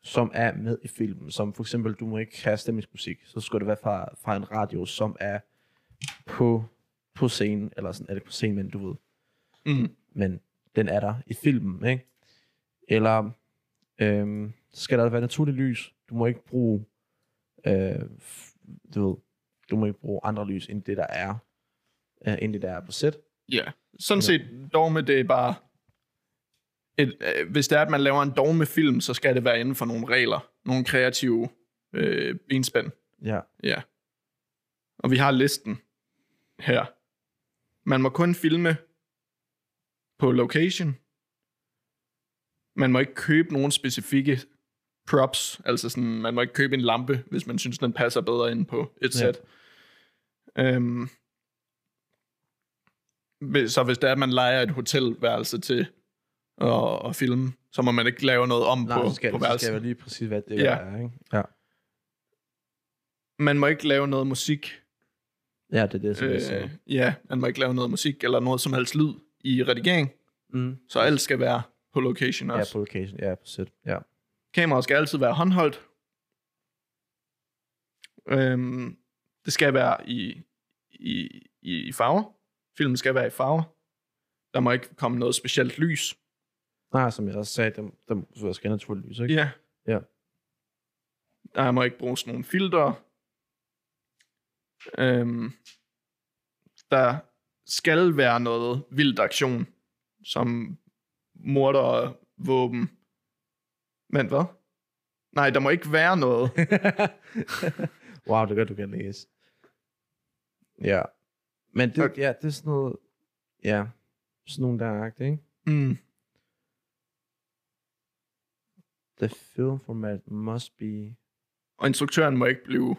som er med i filmen. Som for eksempel, du må ikke have stemningsmusik. Så skal det være fra, fra en radio, som er på, på scenen. Eller sådan, er det på scenen, men du ved.
Mm.
men den er der i filmen, ikke? Eller øhm, så skal der være naturligt lys. Du må ikke bruge, øh, f- du ved, du må ikke bruge andre lys end det der er, øh, end det der er på sæt.
Ja, sådan set, Dogme, det er bare... Et, øh, hvis det er, at man laver en dogmefilm, så skal det være inden for nogle regler. Nogle kreative øh, benspænd.
Ja.
Ja. Og vi har listen her. Man må kun filme på location. Man må ikke købe nogen specifikke props. Altså sådan, man må ikke købe en lampe, hvis man synes, den passer bedre ind på et
Ja.
sæt. Øhm, hvis- så hvis det er, at man leger et hotelværelse til at, at filme, så må man ikke lave noget om
Nej,
på,
så skal,
på
det, så skal
værelset.
jeg lige præcis, hvad det
Ja.
er, ikke? Ja.
Man må ikke lave noget musik
Ja, det er det, som øh, jeg siger.
Øh, ja, man må ikke lave noget musik eller noget som helst lyd i redigering,
Mm.
så alt skal være på location
Ja,
også.
på location, ja, på sæt. Ja.
Kameraet skal altid være håndholdt. Øhm, det skal være i, i, i, i farver. Filmen skal være i farver. Der må ikke komme noget specielt lys.
Nej, som jeg også sagde, dem, dem så jeg skal naturligt lys,
[LAUGHS]
ikke?
Ja.
Ja.
Der må ikke bruges nogen filter. Øhm, der skal være noget vild aktion, som morder og våben. Men hvad? Nej, der må ikke være noget.
wow, det er godt, du kan læse. Ja. Men det,
Okay.
ja, det er sådan noget... Ja, sådan nogle der er agtigt, ikke?
Mm.
The film format must be
Og instruktøren må ikke blive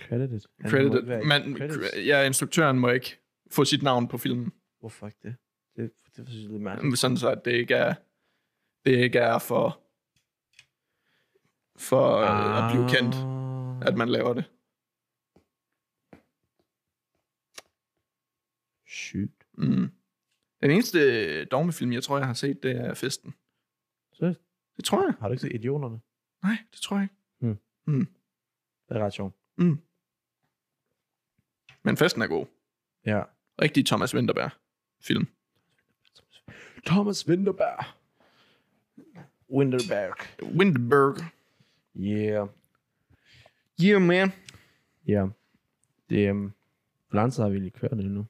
credited. Han må
credited.
ikke være i
Man,
credits.
ja, instruktøren må ikke få sit navn på filmen.
Hvorfor ikke det? Det, det synes jeg er lidt mærkeligt.
Øhm, sådan så at det ikke er det ikke er for for ah. at blive kendt,
Ah,
at man laver det.
Sygt.
Mm. Den eneste øh, dogmefilm, jeg tror, jeg har set, det er Festen.
Seriøst?
Det tror jeg.
Har du ikke set Idioterne?
Nej, det tror jeg ikke.
Hmm.
Hmm.
Det er ret sjovt.
Men festen er god.
Ja.
Rigtig Thomas Winterberg-film.
Thomas Winterberg. Winterberg.
Winterberg.
Yeah.
Yeah, man.
Ja. Yeah. Det, um, hvor lang tid har vi egentlig kørt det nu?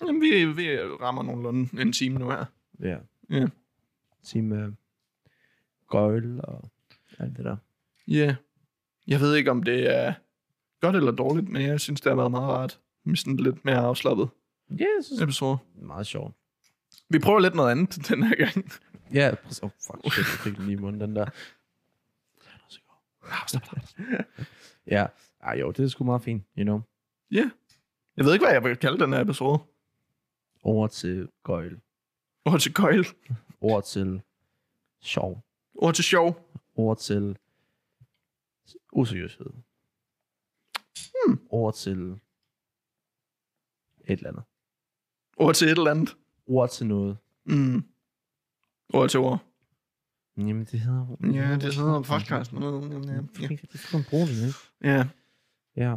Jamen, vi, vi rammer nogenlunde en time nu her.
Ja.
Ja.
Time uh, gøjl og alt det der.
Ja. Yeah. Jeg ved ikke, om det er godt eller dårligt, men jeg synes, det har været meget rart. Med sådan lidt mere afslappet
Ja, jeg synes, det
episode.
er meget sjovt.
Vi prøver lidt noget andet den her gang.
Ja, præcis. Oh, fuck, shit, jeg fik den lige i munden, den der. Ja, ah, jo, det er sgu meget fint, you know.
Ja. Yeah. Jeg ved ikke, hvad jeg vil kalde den her episode.
Over til gøjl.
Ord til køjl.
Over til sjov.
Ord til sjov.
Over til useriøshed. Hmm. Over til et eller andet.
Ord til et eller andet.
Ord til noget.
Mm. Ord til ord. Mm.
Jamen, det hedder... Mm,
Ja.
Det er sådan bruge det, ikke?
ja.
Ja.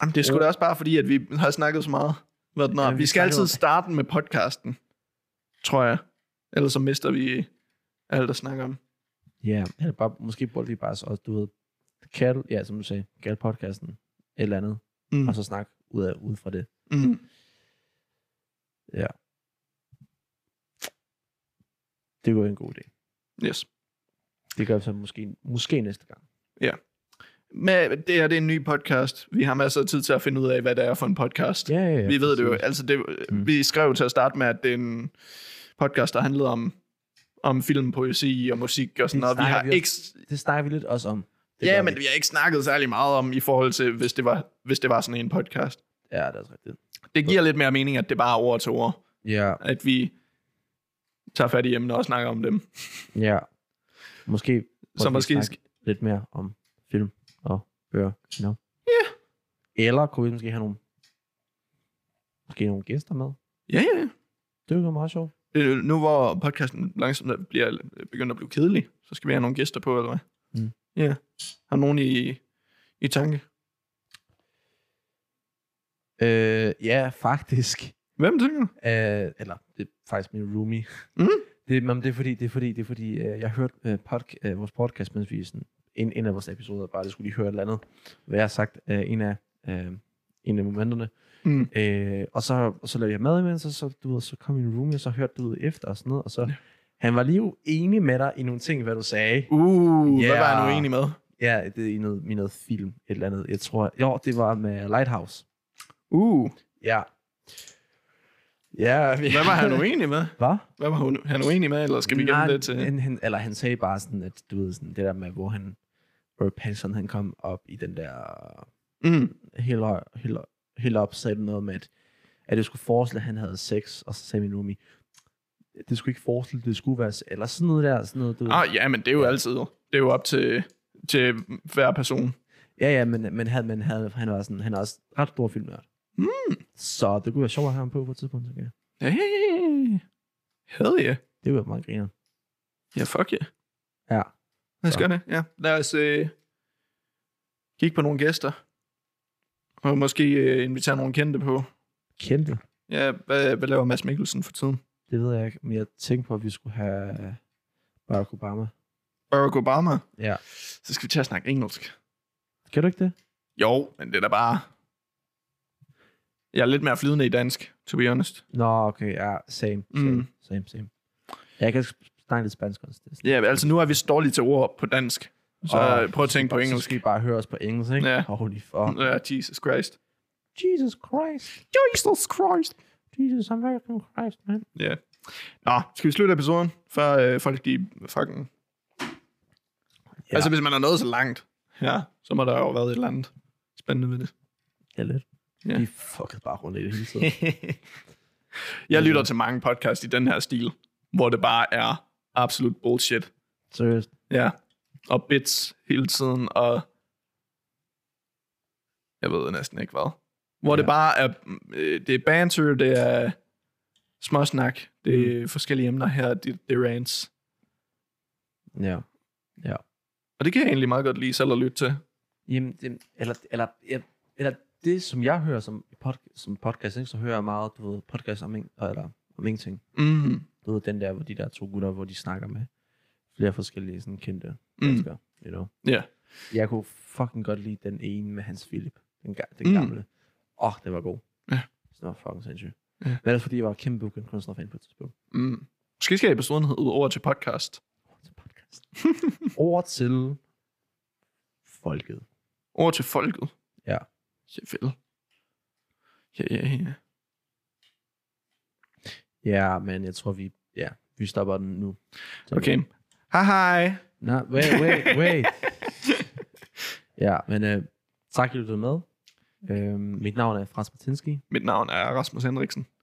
Jamen, det er sgu da også bare fordi, at vi har snakket så meget. Hvad den er.
Ja,
Ja,
vi
vi, skal
snakker
altid
om-
starte med podcasten, tror jeg. Ellers så mister vi alt, der snakker om.
Ja, eller bare, måske burde vi bare så også, du ved, kalde, ja, som du sagde, kalde podcasten et eller andet,
Mm.
og så snakke ud, af, ud fra det.
Mm.
Ja. Det kunne være en god idé.
Yes.
Det gør vi så måske, måske næste gang.
Men det her, det er en ny podcast. Vi har masser af tid til at finde ud af, hvad det er for en podcast.
Ja, ja, ja.
vi ved det jo.
præcis.
Altså, det,
Mm.
mm. vi skrev til at starte med, at det er en podcast, der handlede om, om film, poesi og musik og sådan
Det
noget. Vi
snakker
har
vi også-
ikke,
Det snakker vi lidt også om. Det
ja,
gør
men
vi.
vi har ikke snakket særlig meget om i forhold til, hvis det var, hvis det var sådan en podcast.
Ja, det er også rigtigt.
Det giver lidt mere mening, at det bare er ord til ord.
Ja,
At vi tager fat i emner og snakker om dem.
ja. Måske
Så måske...
snakke lidt mere om film og bøger. You know? yeah. Eller kunne vi måske have nogle, måske nogle gæster med?
Ja, ja, ja.
Det ville være meget sjovt.
Øh, Nu hvor podcasten langsomt bliver, begynder at blive kedelig, så skal vi have nogle gæster på, eller hvad?
Mm.
Ja. Har du nogen i, i tanke?
Øh, ja, faktisk.
Hvem tænker du?
Øh, eller det er faktisk min roomie.
Mm.
Det, men det er fordi, det er fordi, det er fordi øh, jeg hørte øh, podca- øh, vores podcast, mens vi sådan, en, en af vores episoder, bare det skulle lige høre et eller andet, hvad jeg har sagt øh, en, af, øh, en af momenterne.
Mm.
Øh, og, så, og så lavede jeg mad imens, og så, du ved, så kom min roomie, og så hørte du ud efter og sådan noget, og så han var lige uenig med dig i nogle ting, hvad du sagde.
Uh,
Ja.
hvad var jeg nu enig med?
Ja, det er i noget, i noget film, et eller andet. Jeg tror, jo, det var med Lighthouse.
Uh,
Ja. Ja, vi...
hvad var han uenig med?
[LAUGHS] Hvad?
Hvad var hun, han uenig med, eller skal vi gemme
Nej,
det til?
Han, han, eller han sagde bare sådan, at du ved, sådan, det der med, hvor han, hvor Pattinson, han kom op i den der,
Mm.
helt, høj- helt, helt op, sagde noget med, at, at det skulle forestille, at han havde sex, og så sagde min roomie, det skulle ikke forestille, det skulle være, se- eller sådan noget der, sådan noget, du ved.
Ah, ja, men det er jo altid. Det er jo op til, til hver person.
Ja, ja, men, men, han, men han, han, var sådan, han er også ret stor filmnørd.
Mm.
Så det kunne være sjovt at have ham på på et tidspunkt, tænker jeg.
Hey. Hell yeah.
Det kunne være meget griner.
Ja, fuck yeah.
Ja.
Lad os
Så.
gøre det, ja. Lad os øh, kigge på nogle gæster. Og måske øh, invitere nogle kendte på.
Kendte,
Ja, hvad, hvad laver Mads Mikkelsen for tiden?
det ved jeg ikke, men jeg tænkte på, at vi skulle have Barack Obama.
Barack Obama.
Ja.
Så skal vi til at snakke engelsk.
Kan du ikke det?
Jo, men det er da bare... Jeg er lidt mere flydende i dansk, to be honest.
Nå, okay, ja, same, same,
Mm.
mm. same, same. Jeg kan sp- snakke lidt spansk også. Det er sådan-
Ja, yeah, altså nu er vi så dårlige til ord på dansk. Så
Og
oh, prøv at tænke på
så
engelsk.
skal I bare høre os på engelsk, ikke?
Ja.
Holy fuck.
Ja, Jesus Christ.
Jesus Christ.
Jesus Christ.
Jesus, I'm very Christ, man.
Ja. Yeah. Nå, skal vi slutte episoden, før øh, folk de fucking... Ja. Altså, hvis man er nået så langt, ja, så må der jo have været et eller andet spændende ved det.
Ja, lidt.
Ja.
Yeah. De fuckede bare rundt i det hele tiden. [LAUGHS]
Jeg lytter til mange podcasts i den her stil, hvor det bare er absolut bullshit.
Seriøst.
Ja. Og bits hele tiden, og... Jeg ved næsten ikke hvad. Hvor ja. det
Ja.
bare er... øh, Det er banter, det er småsnak, det er forskellige emner her, det, det er rants.
Ja.
Og det kan jeg egentlig meget godt lide selv at lytte til.
Jamen, det, eller, eller, ja, eller det, som jeg hører som, pod, som podcast, ikke, så hører jeg meget, du ved, podcast om, en, eller, om ingenting.
Mm.
Du ved, den der, hvor de der to gutter, hvor de snakker med flere forskellige sådan, kendte
Mm.
danskere, you know.
Ja.
Jeg kunne fucking godt lide den ene med Hans Philip, den, ga- den
Mm.
gamle. Åh, oh, det var god.
Ja.
Det var fucking sindssygt.
Ja.
Men ellers fordi, jeg var kæmpe Bukken kunstnerfan på et tidspunkt.
Mm. Måske skal episoden hedde over til podcast.
Over til podcast.
[LAUGHS]
Over til folket.
Over til folket.
Ja.
Ja, vel. Ja, ja, ja.
Ja, men jeg tror, vi, ja, vi stopper den nu. Tænker
Okay.
jeg.
Hej, hej.
Nå, wait, wait,
[LAUGHS]
wait. ja, men øh, tak, at du lyttede med. Øh, Øhm, mit navn er Frans Martinski.
Mit navn er Rasmus Henriksen.